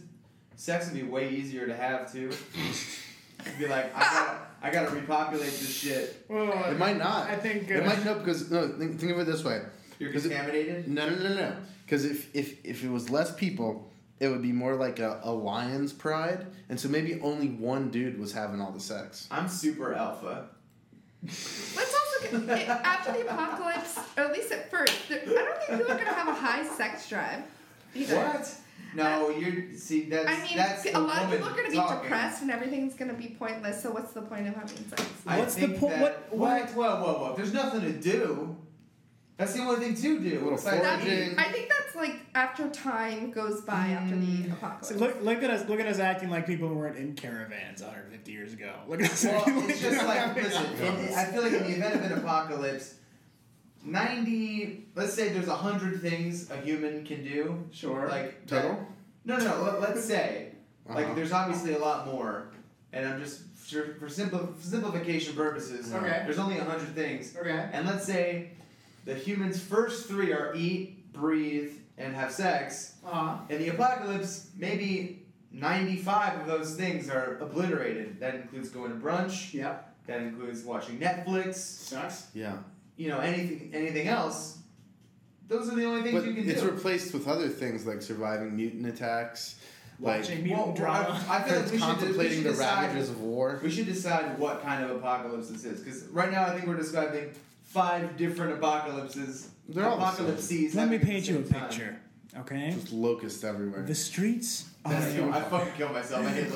Speaker 5: sex would be way easier to have too. You'd be like, I gotta, I gotta repopulate this shit.
Speaker 2: Well,
Speaker 1: It might not.
Speaker 2: Oh, I think uh,
Speaker 1: It might not because no. Think, think of it this way.
Speaker 5: You're
Speaker 1: Is it-
Speaker 5: contaminated.
Speaker 1: No, no, no, no. Because if, if if it was less people, it would be more like a, a lion's pride, and so maybe only one dude was having all the sex.
Speaker 5: I'm super alpha.
Speaker 4: Let's also get, it, after the apocalypse, or at least at first, there, I don't think people are gonna have a high sex drive. Either.
Speaker 5: What? No, you're see that's
Speaker 4: I mean,
Speaker 5: that's
Speaker 4: a
Speaker 5: the
Speaker 4: lot of
Speaker 5: woman
Speaker 4: people are gonna be
Speaker 5: talking.
Speaker 4: depressed and everything's gonna be pointless. So what's the point of having sex?
Speaker 5: I
Speaker 3: What's the
Speaker 5: think
Speaker 3: po-
Speaker 5: that-
Speaker 3: what-
Speaker 5: Whoa, whoa, whoa, whoa! There's nothing to do. That's the only thing to do.
Speaker 1: A little
Speaker 5: besides
Speaker 1: foraging.
Speaker 5: eating.
Speaker 4: I think that's like after time goes by after
Speaker 5: Mm.
Speaker 4: the apocalypse.
Speaker 2: So look, look at us! Look at us acting like people weren't in caravans 150 years ago. Look at us!
Speaker 5: Well,
Speaker 2: acting
Speaker 5: it's just like
Speaker 2: we're
Speaker 5: listen.
Speaker 2: not having
Speaker 5: in- I feel like in the event of an apocalypse, ninety. Let's say there's hundred things a human can do.
Speaker 2: Sure.
Speaker 5: Like that-
Speaker 1: Total.
Speaker 5: No, no. Let, let's say
Speaker 1: Uh-huh.
Speaker 5: like there's obviously a lot more, and I'm just for, for simpli- simplification purposes.
Speaker 2: Okay.
Speaker 5: There's only hundred things,
Speaker 2: okay.
Speaker 5: and let's say the humans' first three are eat, breathe, and have sex.
Speaker 2: Uh,
Speaker 5: In the apocalypse, maybe. 95 of those things are obliterated. That includes going to brunch,
Speaker 2: yep.
Speaker 5: that includes watching Netflix,
Speaker 2: Sucks.
Speaker 1: Yeah,
Speaker 5: you know, anything anything else. Those are the only things
Speaker 1: but
Speaker 5: you can
Speaker 1: it's
Speaker 5: do.
Speaker 1: replaced with other things like surviving mutant attacks, like
Speaker 2: Watching
Speaker 5: Well,
Speaker 2: mutant drama.
Speaker 5: I, I feel like we should, we
Speaker 1: contemplating
Speaker 5: should
Speaker 1: the
Speaker 5: decide,
Speaker 1: ravages of war.
Speaker 5: We should decide what kind of apocalypse this is, because right now I think we're describing five different apocalypses.
Speaker 1: They're all the same.
Speaker 5: apocalypses.
Speaker 3: Let me
Speaker 5: happening at
Speaker 3: paint
Speaker 5: the
Speaker 3: you a
Speaker 5: same time.
Speaker 3: picture,
Speaker 5: Hmm?
Speaker 3: okay?
Speaker 1: Just locusts everywhere.
Speaker 3: The streets are.
Speaker 1: Oh,
Speaker 5: That's cool. I fucking killed myself. I hate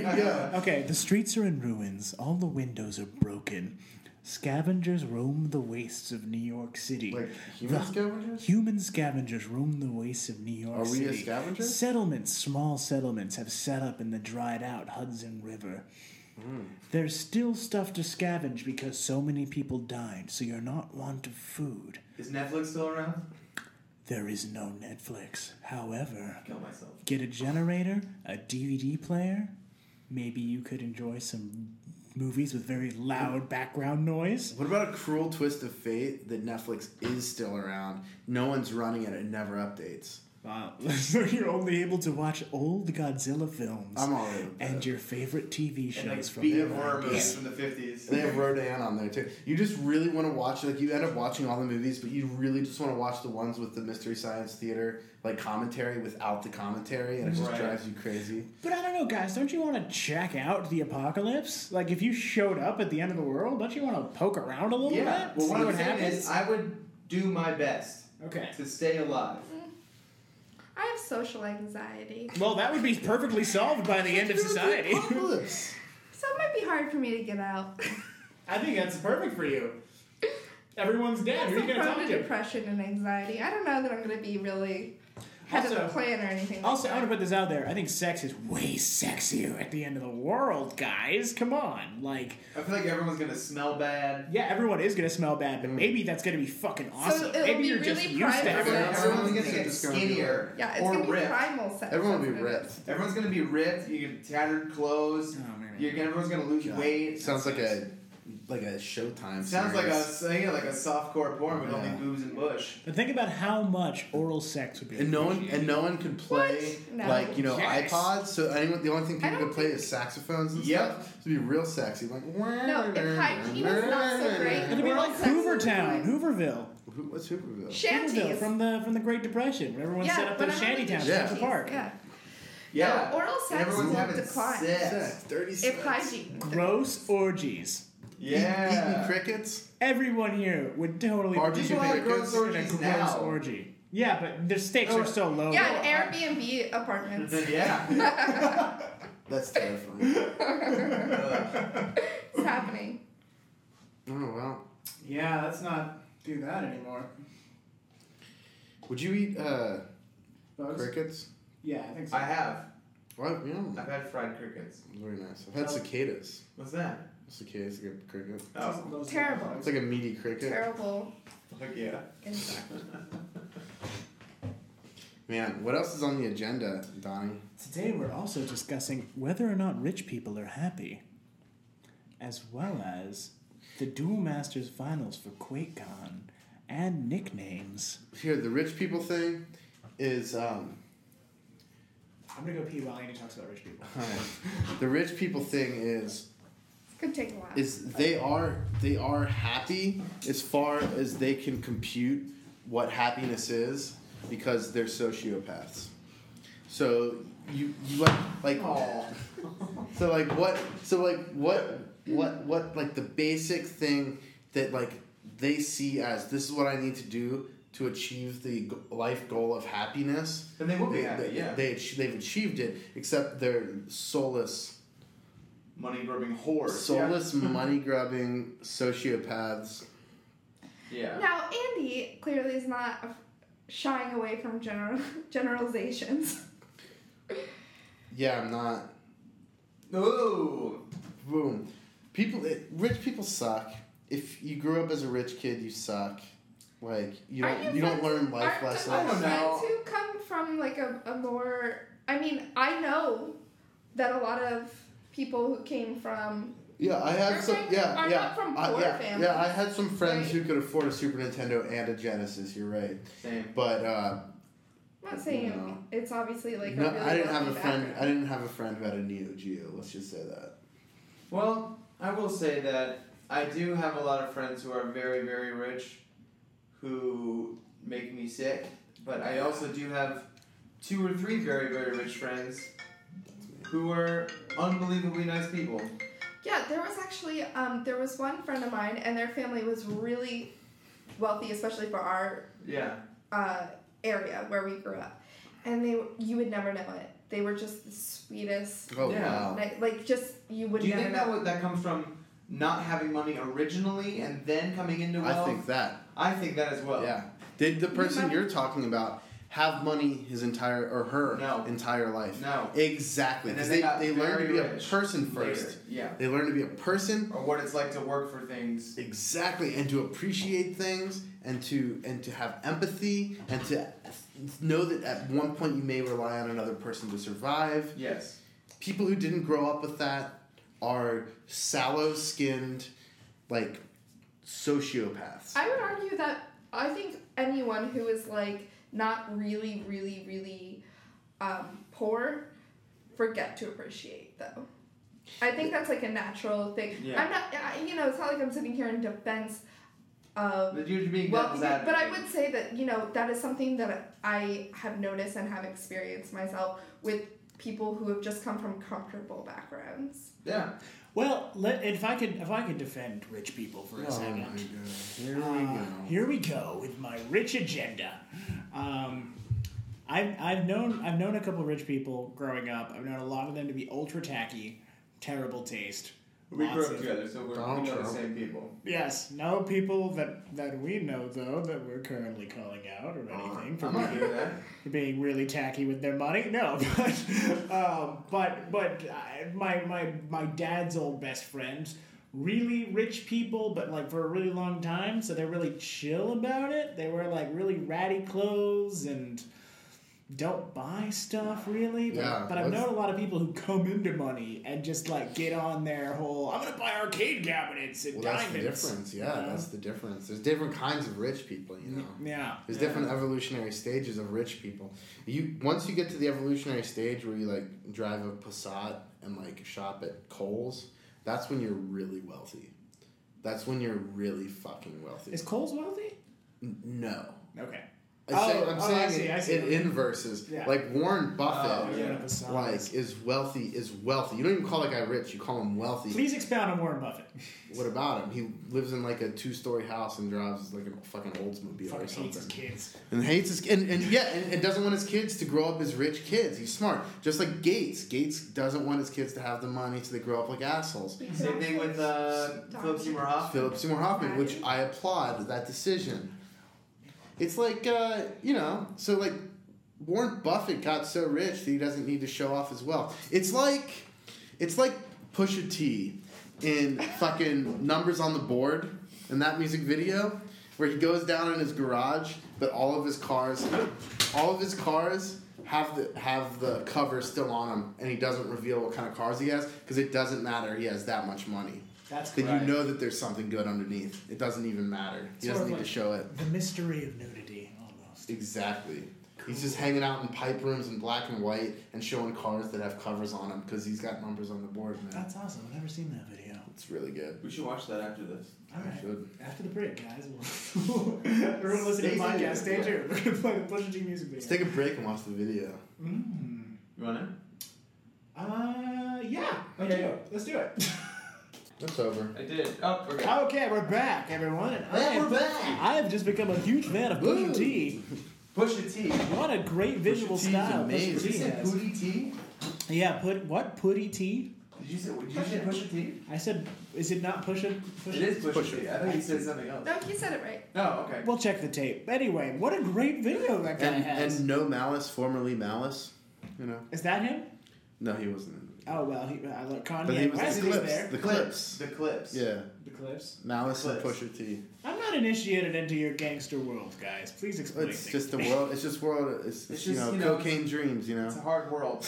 Speaker 1: Yeah.
Speaker 3: Okay, the streets are in ruins. All the windows are broken. Scavengers roam the wastes of New York City.
Speaker 1: like human
Speaker 3: The-
Speaker 1: scavengers.
Speaker 3: Human scavengers roam the wastes of New York
Speaker 1: Are
Speaker 3: City.
Speaker 1: we a scavenger?
Speaker 3: Settlements, small settlements, have set up in the dried out Hudson River. There's still stuff to scavenge because so many people died, so you're not want of food.
Speaker 5: Is Netflix still around?
Speaker 3: There is no Netflix. However,
Speaker 5: Kill myself.
Speaker 3: get a generator, a DVD player. Maybe you could enjoy some movies with very loud background noise.
Speaker 1: What about a cruel twist of fate that Netflix is still around? No one's running it. It never updates.
Speaker 3: Wow. so you're only able to watch old Godzilla films.
Speaker 1: I'm all in. with that.
Speaker 3: and your favorite TV shows
Speaker 5: uh, And like
Speaker 3: from
Speaker 5: B
Speaker 3: the
Speaker 5: horror
Speaker 3: 90s.
Speaker 5: movies from the fifties.
Speaker 1: And they have Rodan on there too. You just really want to watch like you end up watching all the movies, but you really just want to watch the ones with the Mystery Science Theater like commentary without the commentary, and it just
Speaker 5: Right.
Speaker 1: drives you crazy.
Speaker 3: But I don't know, guys. Don't you want to check out the apocalypse? Like, if you showed up at the end of the world, don't you want to poke around a little
Speaker 5: Yeah.
Speaker 3: bit?
Speaker 5: Well, what
Speaker 3: see
Speaker 5: I'm
Speaker 3: what
Speaker 5: saying
Speaker 3: happens?
Speaker 5: is, I would do my best
Speaker 2: okay.
Speaker 5: to stay alive.
Speaker 4: I have social anxiety,
Speaker 3: Well, that would be perfectly solved by the end of society.
Speaker 1: Apocalypse.
Speaker 4: so it might be hard for me to get out.
Speaker 2: I think that's perfect for you. Everyone's dead. Who are you
Speaker 4: I'm
Speaker 2: gonna
Speaker 4: prone
Speaker 2: talk
Speaker 4: to
Speaker 2: to?
Speaker 4: depression and anxiety. I don't know that I'm gonna be really. had a
Speaker 3: Also-
Speaker 4: plan or anything. like
Speaker 3: Also, I
Speaker 4: that.
Speaker 3: want to put this out there. I think sex is way sexier at the end of the world, guys. Come on, like,
Speaker 5: I feel like everyone's gonna smell bad.
Speaker 3: yeah, everyone is gonna smell bad,
Speaker 1: Mm.
Speaker 3: but maybe that's gonna be fucking awesome.
Speaker 4: it'll
Speaker 3: maybe
Speaker 4: be
Speaker 3: you're just
Speaker 4: really
Speaker 3: used to
Speaker 4: private
Speaker 3: having
Speaker 4: sex.
Speaker 1: Everyone-
Speaker 5: Everyone's gonna get
Speaker 1: It's gonna be
Speaker 5: skinnier
Speaker 4: yeah, it's
Speaker 5: or
Speaker 4: gonna be
Speaker 5: ripped.
Speaker 4: primal sex.
Speaker 1: Everyone will be
Speaker 4: that's what it
Speaker 1: ripped.
Speaker 4: is.
Speaker 5: Everyone's gonna be ripped. You get tattered clothes.
Speaker 3: Oh, man.
Speaker 5: You're gonna, everyone's gonna lose
Speaker 1: Yeah.
Speaker 5: weight.
Speaker 1: Sounds like a like a Showtime.
Speaker 5: Sounds like
Speaker 1: series.
Speaker 5: a yeah, like a softcore porn with
Speaker 1: Yeah.
Speaker 5: only boobs and bush.
Speaker 3: But think about how much oral sex would be.
Speaker 1: And no one and no one can play
Speaker 4: What? No.
Speaker 1: like you know
Speaker 3: Yes.
Speaker 1: iPods. So anyone, the only thing
Speaker 4: I
Speaker 1: people
Speaker 4: don't
Speaker 1: could play
Speaker 4: think-
Speaker 1: is saxophones and
Speaker 5: Yep.
Speaker 1: stuff. So it'd be real sexy, like
Speaker 4: No, if hygiene is not so great,
Speaker 3: It'd be
Speaker 4: Oral
Speaker 3: like
Speaker 4: sex would be
Speaker 3: Hoovertown,
Speaker 4: good.
Speaker 3: Hooverville,
Speaker 1: Who, what's Hooperville?
Speaker 3: Hooverville
Speaker 4: Shanties.
Speaker 3: from the from the Great Depression when everyone
Speaker 4: yeah,
Speaker 3: set up
Speaker 4: but
Speaker 3: those
Speaker 4: I remember
Speaker 3: shanty towns
Speaker 4: the
Speaker 1: Yeah.
Speaker 3: at the
Speaker 4: shanties,
Speaker 3: park.
Speaker 4: Yeah.
Speaker 5: Yeah.
Speaker 4: No, oral sex
Speaker 5: Everyone's
Speaker 4: will
Speaker 5: having
Speaker 4: decline.
Speaker 5: sex.
Speaker 1: Sex, dirty sex.
Speaker 4: If hygiene.
Speaker 3: Gross orgies.
Speaker 1: Eat, eating
Speaker 5: Yeah.
Speaker 1: crickets.
Speaker 3: Everyone here would totally
Speaker 1: Barbecue
Speaker 3: participate
Speaker 5: People have gross
Speaker 3: in a
Speaker 5: orgies
Speaker 3: gross
Speaker 5: now.
Speaker 3: orgy. Yeah, but the stakes
Speaker 5: Oh,
Speaker 3: are so low.
Speaker 4: Yeah, and Airbnb apartments.
Speaker 5: Yeah.
Speaker 1: That's terrifying.
Speaker 4: it's happening.
Speaker 1: oh wow.
Speaker 2: Yeah, let's not do that anymore.
Speaker 1: Would you eat uh,
Speaker 2: Bugs?
Speaker 1: crickets?
Speaker 2: Yeah, I think so.
Speaker 5: I have.
Speaker 1: What? Yeah.
Speaker 5: I've had fried crickets.
Speaker 1: Very nice. I've had cicadas.
Speaker 5: What's that?
Speaker 1: Cicadas, like a cricket.
Speaker 5: Oh,
Speaker 2: Those are
Speaker 4: Terrible.
Speaker 2: bugs.
Speaker 1: It's like a meaty cricket.
Speaker 4: Terrible
Speaker 5: fuck yeah.
Speaker 4: insect.
Speaker 1: Man, what else is on the agenda, Donnie?
Speaker 3: Today we're also discussing whether or not rich people are happy, as well as the Duel Masters finals for QuakeCon and nicknames.
Speaker 1: Here, the rich people thing is um,
Speaker 3: I'm gonna go pee while Andy talks about rich people.
Speaker 1: the rich people thing is
Speaker 4: It's gonna take a while.
Speaker 1: is they are they are happy as far as they can compute what happiness is because they're sociopaths. So you you like like
Speaker 5: Aw.
Speaker 1: so like what so like what what what like the basic thing that like they see as this is what I need to do to achieve the g- life goal of happiness.
Speaker 5: And they will be
Speaker 1: They,
Speaker 5: happy,
Speaker 1: they,
Speaker 5: yeah.
Speaker 1: they ach- they've achieved it, except they're soulless
Speaker 5: Money grubbing whores.
Speaker 1: soulless money grubbing sociopaths.
Speaker 5: yeah.
Speaker 4: Now, Andy clearly is not af- shying away from general generalizations.
Speaker 1: Yeah, I'm not.
Speaker 5: Ooh.
Speaker 1: Boom. People, it, rich people suck. If you grew up as a rich kid, you suck. Like you
Speaker 4: Are
Speaker 1: don't, you,
Speaker 4: you
Speaker 1: don't
Speaker 4: friends-
Speaker 1: learn life
Speaker 4: Aren't
Speaker 1: lessons.
Speaker 4: the
Speaker 5: I don't know.
Speaker 4: Friends who come from like a, a more. I mean, I know that a lot of people who came from
Speaker 1: Yeah, I
Speaker 4: Your
Speaker 1: have some.
Speaker 4: friends
Speaker 1: Yeah,
Speaker 4: are
Speaker 1: yeah,
Speaker 4: not from
Speaker 1: I-
Speaker 4: poor
Speaker 1: yeah,
Speaker 4: families,
Speaker 1: yeah. I had some friends
Speaker 4: right?
Speaker 1: who could afford a Super Nintendo and a Genesis. You're right,
Speaker 5: Same.
Speaker 1: but uh,
Speaker 4: I'm not saying
Speaker 1: No.
Speaker 4: it's obviously like
Speaker 1: no,
Speaker 4: a really
Speaker 1: I didn't have a
Speaker 4: wealthy
Speaker 1: friend.
Speaker 4: background.
Speaker 1: I didn't have a friend who had a Neo Geo. Let's just say that.
Speaker 5: Well, I will say that I do have a lot of friends who are very, very rich who make me sick, but I also do have two or three very, very rich friends who are unbelievably nice people.
Speaker 4: Yeah, there was actually um, there was one friend of mine, and their family was really wealthy, especially for our
Speaker 5: Yeah.
Speaker 4: uh, area where we grew up. And they, you would never know it. They were just the sweetest,
Speaker 1: Oh
Speaker 5: Yeah.
Speaker 1: wow.
Speaker 4: like, like just you would
Speaker 5: do you
Speaker 4: never
Speaker 5: think
Speaker 4: know.
Speaker 5: that would, that comes from not having money originally and then coming into wealth?
Speaker 1: I think that.
Speaker 5: I think that as well.
Speaker 1: Yeah. Did the person
Speaker 4: might-
Speaker 1: you're talking about have money his entire or her
Speaker 5: No.
Speaker 1: entire life?
Speaker 5: No.
Speaker 1: Exactly.
Speaker 5: And
Speaker 1: Because
Speaker 5: then
Speaker 1: they,
Speaker 5: they got
Speaker 1: they, learn to
Speaker 5: very
Speaker 1: be
Speaker 5: rich
Speaker 1: a person first.
Speaker 5: Later. Yeah.
Speaker 1: They learn to be a person
Speaker 5: Or what it's like to work for things.
Speaker 1: exactly and to appreciate things and to and to have empathy and to know that at one point you may rely on another person to survive.
Speaker 5: Yes.
Speaker 1: People who didn't grow up with that are sallow skinned like sociopaths.
Speaker 4: I would argue that I think anyone who is like not really, really, really um, poor forget to appreciate though. I think that's like a natural thing.
Speaker 5: Yeah.
Speaker 4: I'm not, I, you know, it's not like I'm sitting here in defense of
Speaker 5: But you're being
Speaker 4: well,
Speaker 5: devil's
Speaker 4: but I
Speaker 5: advocate.
Speaker 4: would say that you know that is something that I have noticed and have experienced myself with people who have just come from comfortable backgrounds.
Speaker 5: Yeah.
Speaker 3: Well, let, if I could if I could defend rich people for
Speaker 1: Oh
Speaker 3: a
Speaker 1: my
Speaker 3: second.
Speaker 1: god. Here we
Speaker 3: Uh,
Speaker 1: go.
Speaker 3: here we go with my rich agenda. Um, I've, I've known I've known a couple rich people growing up. I've known a lot of them to be ultra tacky, terrible taste,
Speaker 5: We
Speaker 2: Lots
Speaker 5: grew up
Speaker 2: of-
Speaker 5: together, so we're
Speaker 1: Donald
Speaker 5: we know the
Speaker 1: Trump.
Speaker 5: same people.
Speaker 3: Yes, no people that, that we know, though, that we're currently calling out or anything for
Speaker 5: Uh, I'm not
Speaker 3: being,
Speaker 5: doing that.
Speaker 3: for being really tacky with their money. No, but um, but but I, my my my dad's old best friends, really rich people, but like for a really long time, so they're really chill about it. They wear like really ratty clothes and. Don't buy stuff really, but,
Speaker 1: Yeah,
Speaker 3: but I've
Speaker 1: that's-
Speaker 3: known a lot of people who come into money and just like get on their whole I'm gonna buy arcade cabinets and
Speaker 1: Well, that's the
Speaker 3: diamonds.
Speaker 1: difference. Yeah,
Speaker 3: you know?
Speaker 1: that's the difference. There's different kinds of rich people, you know.
Speaker 3: Yeah.
Speaker 1: There's different evolutionary stages of rich people. You once you get to the evolutionary stage where you like drive a Passat and like shop at Kohl's, that's when you're really wealthy. That's when you're really fucking wealthy.
Speaker 3: Is Coles wealthy?
Speaker 1: N- no.
Speaker 3: Okay.
Speaker 1: I
Speaker 3: Oh,
Speaker 1: say, I'm
Speaker 3: oh,
Speaker 1: saying
Speaker 3: I see,
Speaker 1: it,
Speaker 3: I see.
Speaker 1: it inverses.
Speaker 3: Yeah.
Speaker 1: Like Warren
Speaker 5: Oh,
Speaker 1: Buffett,
Speaker 5: yeah.
Speaker 1: like is wealthy is wealthy. You don't even call that guy rich. You call him wealthy.
Speaker 3: Please expound on Warren Buffett.
Speaker 1: What about him? He lives in like a two-story house and drives like a fucking Oldsmobile
Speaker 3: Fucking
Speaker 1: or something.
Speaker 3: hates his kids.
Speaker 1: And hates his and, and yeah, and, and doesn't want his kids to grow up as rich kids. He's smart, just like Gates. Gates doesn't want his kids to have the money, so they grow up like assholes.
Speaker 5: Same thing with uh, Philip Seymour Hoffman.
Speaker 1: Philip Seymour Hoffman, which I applaud that decision. It's like uh, you know, so like Warren Buffett got so rich that he doesn't need to show off his wealth. It's like it's like Pusha T in fucking Numbers on the Board in that music video where he goes down in his garage, but all of his cars all of his cars have the have the cover still on them and he doesn't reveal what kind of cars he has because it doesn't matter he has that much money
Speaker 3: That's
Speaker 1: then
Speaker 5: Right.
Speaker 1: you know that there's something good underneath. It doesn't even matter. He
Speaker 3: Sort of
Speaker 1: doesn't need
Speaker 3: like-
Speaker 1: to show it.
Speaker 3: The mystery of nudity, almost.
Speaker 1: Exactly. He's just hanging out in pipe rooms in black and white and showing cars that have covers on them because he's got numbers on the board, man.
Speaker 3: That's awesome. I've never seen that video.
Speaker 1: it's really good.
Speaker 5: We should watch that after this.
Speaker 3: All
Speaker 1: I
Speaker 3: right.
Speaker 1: should.
Speaker 3: After the break, guys. We'll Everyone listening to the
Speaker 1: Stay
Speaker 3: podcast,
Speaker 1: tuned.
Speaker 3: stay tuned. We're going to play the Pusha T music
Speaker 1: Let's
Speaker 3: video.
Speaker 1: take a break and watch the video.
Speaker 3: Mm.
Speaker 5: You want it?
Speaker 3: Uh, yeah.
Speaker 5: Okay.
Speaker 3: Okay. Let's do it.
Speaker 1: That's over.
Speaker 5: I did. Oh, we're good.
Speaker 3: okay, we're back, everyone. And I
Speaker 1: Yeah,
Speaker 3: am-
Speaker 1: we're back.
Speaker 3: I have just become a huge fan of Pusha
Speaker 1: Woo.
Speaker 3: T.
Speaker 5: Pusha T.
Speaker 3: What a great visual
Speaker 1: T is
Speaker 3: style Pusha
Speaker 1: amazing.
Speaker 5: Did
Speaker 3: T
Speaker 5: you say
Speaker 3: has.
Speaker 5: Pootie T?
Speaker 3: Yeah, put what putty T?
Speaker 5: Did you say? Did you say Pusha T?
Speaker 3: I said, is it not push it? Push
Speaker 5: It is Pusha,
Speaker 1: Pusha.
Speaker 5: T. I thought you said something else.
Speaker 4: No, he said it right.
Speaker 5: No, okay.
Speaker 3: We'll check the tape. Anyway, what a great video that guy
Speaker 1: And,
Speaker 3: has.
Speaker 1: and No Malice, formerly Malice. You know?
Speaker 3: is that him?
Speaker 1: No, he wasn't in it.
Speaker 3: Oh well, he, I look
Speaker 1: But he
Speaker 3: Kanye
Speaker 1: was
Speaker 3: West
Speaker 1: the
Speaker 3: is
Speaker 1: clips.
Speaker 3: there.
Speaker 1: The clips.
Speaker 5: The clips.
Speaker 1: Yeah.
Speaker 3: The clips.
Speaker 1: Malice and
Speaker 5: Clips.
Speaker 1: Pusha T.
Speaker 3: I'm not initiated into your gangster world, guys. Please explain.
Speaker 1: It's
Speaker 3: things.
Speaker 1: just the world. It's just world. It's,
Speaker 5: It's
Speaker 1: you
Speaker 5: just,
Speaker 1: know,
Speaker 5: you know,
Speaker 1: cocaine dreams, you know?
Speaker 5: It's a hard world.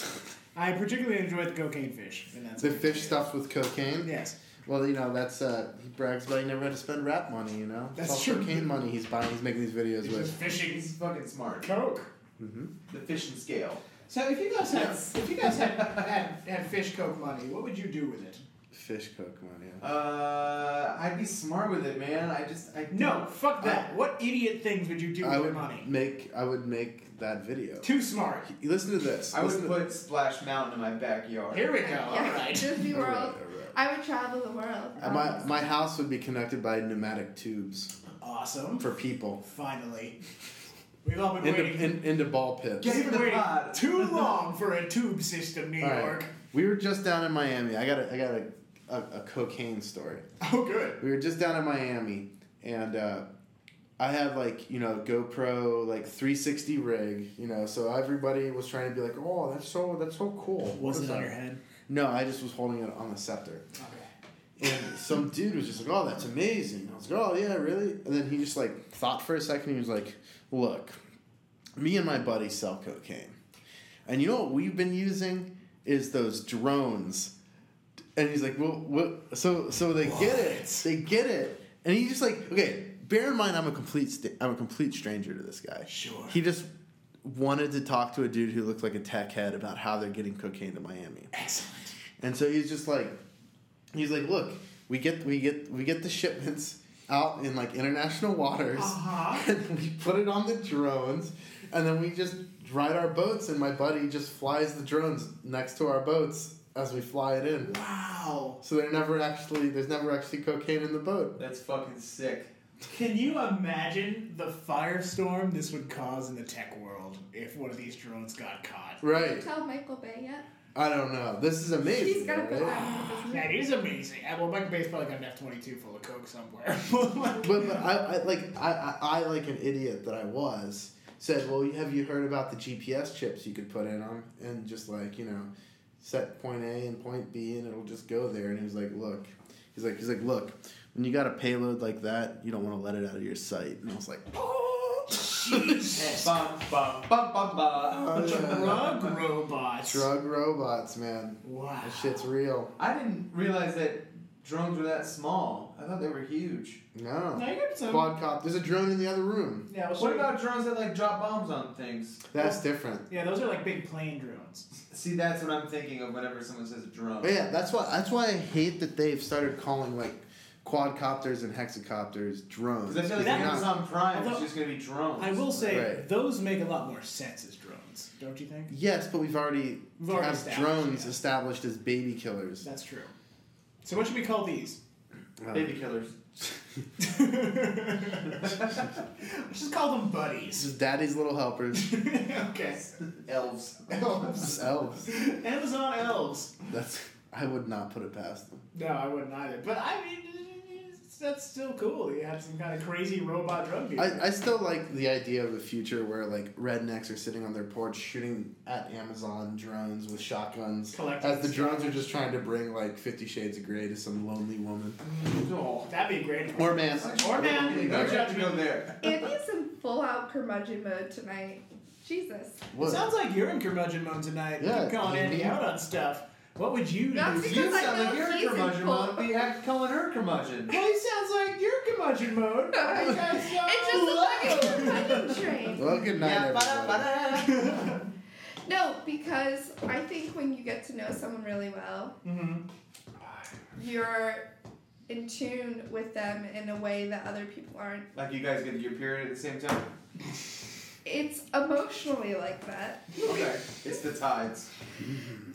Speaker 3: I particularly enjoyed the cocaine fish. And that's
Speaker 1: The fish stuffed with cocaine.
Speaker 3: Yes,
Speaker 1: Well, you know, that's uh, he brags about he never had to spend rap money. You know,
Speaker 3: That's
Speaker 1: it's all
Speaker 3: true.
Speaker 1: cocaine money he's buying. He's making these videos
Speaker 3: it's just
Speaker 1: with. Mm-hmm.
Speaker 3: fishing
Speaker 5: He's fucking smart.
Speaker 3: coke.
Speaker 5: The fish and scale.
Speaker 3: So if you guys had if you guys had, had had fish coke money, what would you do with it?
Speaker 1: Fish coke money. Yeah.
Speaker 5: Uh, I'd be smart with it, man. I just, I
Speaker 3: No, fuck that.
Speaker 5: that.
Speaker 3: what idiot things would you do with
Speaker 1: I
Speaker 3: your
Speaker 1: would
Speaker 3: money?
Speaker 1: make. I would make that video.
Speaker 3: Too smart.
Speaker 1: You listen to this.
Speaker 5: I
Speaker 1: listen
Speaker 5: would
Speaker 1: to-
Speaker 5: put Splash Mountain in my backyard.
Speaker 3: Here we go.
Speaker 4: yeah,
Speaker 3: All right.
Speaker 4: Disney
Speaker 1: All right,
Speaker 4: World.
Speaker 1: all right.
Speaker 4: I would travel the world. Um,
Speaker 1: Uh, My my house would be connected by pneumatic tubes
Speaker 3: Awesome.
Speaker 1: for people
Speaker 3: Finally. We've all been
Speaker 1: into
Speaker 3: waiting.
Speaker 1: in, into ball pits.
Speaker 5: Get
Speaker 3: We've
Speaker 5: to
Speaker 3: been
Speaker 5: the
Speaker 3: waiting
Speaker 5: pod.
Speaker 3: too long for a tube system, New
Speaker 1: All right.
Speaker 3: York.
Speaker 1: We were just down in Miami. I got a, I got a, a, a cocaine story.
Speaker 3: Oh, good.
Speaker 1: we were just down in Miami, and uh, I had like you know GoPro like 360 rig, you know, so everybody was trying to be like, oh, that's so that's so cool. What
Speaker 3: Was
Speaker 1: is
Speaker 3: it on
Speaker 1: that?"
Speaker 3: your head?
Speaker 1: No, I just was holding it on the scepter.
Speaker 3: Okay.
Speaker 1: And some dude was just like, "Oh, that's amazing." I was like, "Oh yeah, really?" And then he just like thought for a second. He was like, "Look, me and my buddy sell cocaine, and you know what we've been using is those drones." And he's like, "Well, what?" So so they get it. They get it. And he just like, okay. Bear in mind, I'm a complete st- I'm a complete stranger to this guy.
Speaker 3: Sure.
Speaker 1: He just wanted to talk to a dude who looked like a tech head about how they're getting cocaine to Miami.
Speaker 3: Excellent.
Speaker 1: And so he's just like, he's like, look, we get we get we get the shipments out in like international waters,
Speaker 3: Uh-huh.
Speaker 1: and we put it on the drones, and then we just ride our boats, and my buddy just flies the drones next to our boats as we fly it in.
Speaker 3: Wow.
Speaker 1: So they're never actually there's never actually cocaine in the boat.
Speaker 5: That's fucking sick.
Speaker 3: Can you imagine the firestorm this would cause in the tech world if one of these drones got caught?
Speaker 1: Right.
Speaker 4: Tell Michael Bay yet?
Speaker 1: I don't know. This is amazing.
Speaker 4: He's gonna go
Speaker 1: right?
Speaker 4: back with his
Speaker 2: That is amazing. Uh, Well, Michael Bay's probably got an F twenty two full of coke somewhere. But,
Speaker 1: But, but I, I like I, I, I like an idiot that I was said, well, have you heard about the GPS chips you could put in them and just like you know, set point A and point B and it'll just go there. And he was like, look, he's like he's like look, when you got a payload like that, you don't want to let it out of your sight. And I was like,
Speaker 5: Bum, bum, bum, bum, bum.
Speaker 2: Drug robots.
Speaker 1: drug robots, man,
Speaker 2: Wow.
Speaker 1: that shit's real.
Speaker 5: I didn't realize that drones were that small. I thought they were huge.
Speaker 1: No,
Speaker 2: Now you got some.
Speaker 1: quad cop. There's a drone in the other room.
Speaker 2: yeah, well,
Speaker 5: What about drones that like drop bombs on things?
Speaker 1: That's different.
Speaker 2: Yeah, those are like big plane drones.
Speaker 5: See, that's what I'm thinking of whenever someone says drone.
Speaker 1: But yeah, that's why that's why I hate that they've started calling like quadcopters and hexacopters drones.
Speaker 5: Because I feel like
Speaker 1: They're
Speaker 2: That-
Speaker 5: Amazon Prime is
Speaker 2: Although-
Speaker 5: just gonna be drones.
Speaker 2: I will say
Speaker 1: Right.
Speaker 2: those make a lot more sense as drones, don't you think?
Speaker 1: yes, but we've already,
Speaker 2: We've already
Speaker 1: have
Speaker 2: established,
Speaker 1: drones
Speaker 2: yeah.
Speaker 1: established as baby killers.
Speaker 2: That's true. So what should we call these?
Speaker 1: Uh,
Speaker 5: baby killers.
Speaker 2: Let's just call them
Speaker 1: This
Speaker 2: buddies.
Speaker 1: is Daddy's Little Helpers.
Speaker 2: okay.
Speaker 5: Elves.
Speaker 2: Elves.
Speaker 1: elves.
Speaker 2: Amazon elves.
Speaker 1: That's I would not put it past them.
Speaker 2: No, I wouldn't either. But I mean, that's still cool. You have some kind of crazy robot drug dealer.
Speaker 1: I, I still like the idea of a future where like rednecks are sitting on their porch shooting at Amazon drones with shotguns,
Speaker 2: Collecting
Speaker 1: as the
Speaker 2: stuff.
Speaker 1: drones are just trying to bring like Fifty Shades of Grey to some lonely woman
Speaker 5: Oh.
Speaker 2: That'd be great.
Speaker 1: or man.
Speaker 2: Or man.
Speaker 5: You
Speaker 2: No
Speaker 5: don't have to go
Speaker 2: judgment.
Speaker 5: there.
Speaker 4: Andy's in full out curmudgeon mode tonight. Jesus.
Speaker 2: It
Speaker 1: What?
Speaker 2: sounds like you're in curmudgeon mode tonight.
Speaker 1: Yeah,
Speaker 2: Keep calling
Speaker 1: you
Speaker 2: Andy
Speaker 1: need-
Speaker 2: out on stuff. What would you do?
Speaker 4: That's
Speaker 2: You-
Speaker 4: Because
Speaker 5: You
Speaker 4: I
Speaker 5: sound like
Speaker 4: know
Speaker 5: you're
Speaker 4: he's in
Speaker 5: a curmudgeon.
Speaker 4: full-
Speaker 5: Mom. We have calling her curmudgeon.
Speaker 2: Well, he sounds like you're in curmudgeon mode. You guys sound
Speaker 4: It's
Speaker 3: Oh,
Speaker 4: just a
Speaker 2: low.
Speaker 4: fucking curmudgeon train.
Speaker 1: Well, good night,
Speaker 5: Yeah,
Speaker 2: uh,
Speaker 1: everybody.
Speaker 5: ba-da-ba-da.
Speaker 4: No, because I think when you get to know someone really well,
Speaker 2: Mhm.
Speaker 4: you're in tune with them in a way that other people aren't.
Speaker 5: Like you guys get your period at the same time.
Speaker 4: It's emotionally like that.
Speaker 5: Okay, it's the tides.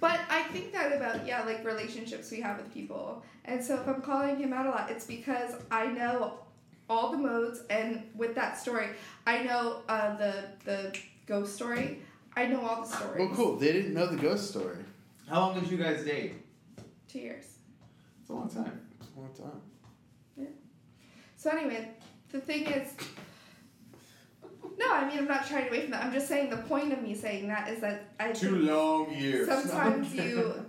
Speaker 4: But I think that about, yeah, like relationships we have with people. And so if I'm calling him out a lot, it's because I know all the modes. And with that story, I know uh, the, the ghost story. I know all the stories.
Speaker 1: Well, cool. They didn't know the ghost story.
Speaker 5: How long did you guys date?
Speaker 4: Two years.
Speaker 5: It's a long time.
Speaker 1: It's a long time.
Speaker 4: So anyway, the thing is, no, I mean I'm not trying to away from that. I'm just saying the point of me saying that is that I
Speaker 5: Two
Speaker 4: think
Speaker 5: long years.
Speaker 4: sometimes you,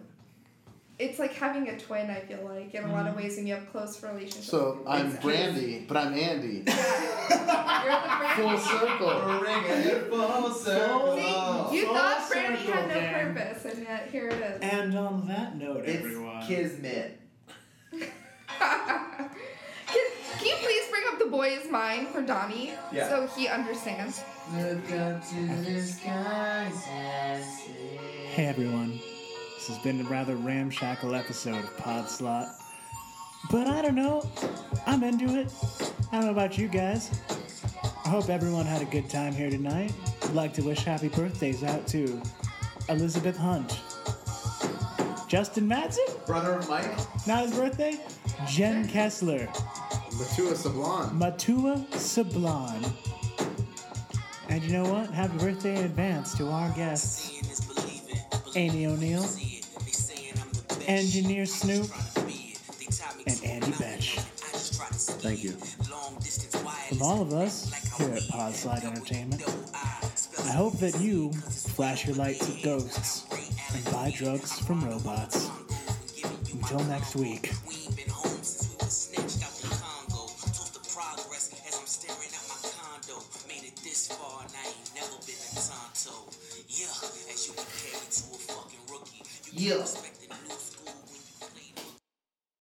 Speaker 4: it's like having a twin. I feel like in a lot of ways when you have close relationships.
Speaker 1: So I'm
Speaker 4: It's-
Speaker 1: Brandy, but I'm Andy.
Speaker 4: You're the
Speaker 1: Full
Speaker 4: Brandy.
Speaker 1: circle.
Speaker 5: Bring it full circle.
Speaker 4: See, you
Speaker 2: Full
Speaker 4: thought Brandy
Speaker 2: circle,
Speaker 4: had no
Speaker 2: gang.
Speaker 4: purpose, and yet here it is.
Speaker 2: And on that note, everyone.
Speaker 5: It's kismet.
Speaker 4: can, can you please bring up the boy is mine for Donnie
Speaker 5: Yeah.
Speaker 4: so he understands?
Speaker 5: Look up to the skies and see.
Speaker 3: Hey everyone, this has been a rather ramshackle episode of Pod Slot. But I don't know, I'm into it. I don't know about you guys. I hope everyone had a good time here tonight. I'd like to wish happy birthdays out to Elizabeth Hunt, Justin Madsen,
Speaker 5: Brother of Mike.
Speaker 3: not his birthday, Jen Kessler,
Speaker 1: Matua Sablon.
Speaker 3: Matua Sablon. And you know what? Happy birthday in advance to our guests, Amy O'Neill, Engineer Snoop, and Andy Bench.
Speaker 1: Thank you.
Speaker 3: From all of us here at Podslide Entertainment, I hope that you flash your lights at ghosts and buy drugs from robots. Until next week.
Speaker 7: We ain't been home since we was snatched out the Congo. Toast the progress as I'm staring at my condo. Made it this far and I ain't never been in Tonto. Yeah, as you compare me to a fucking rookie. You
Speaker 5: Yeah.
Speaker 7: can't respect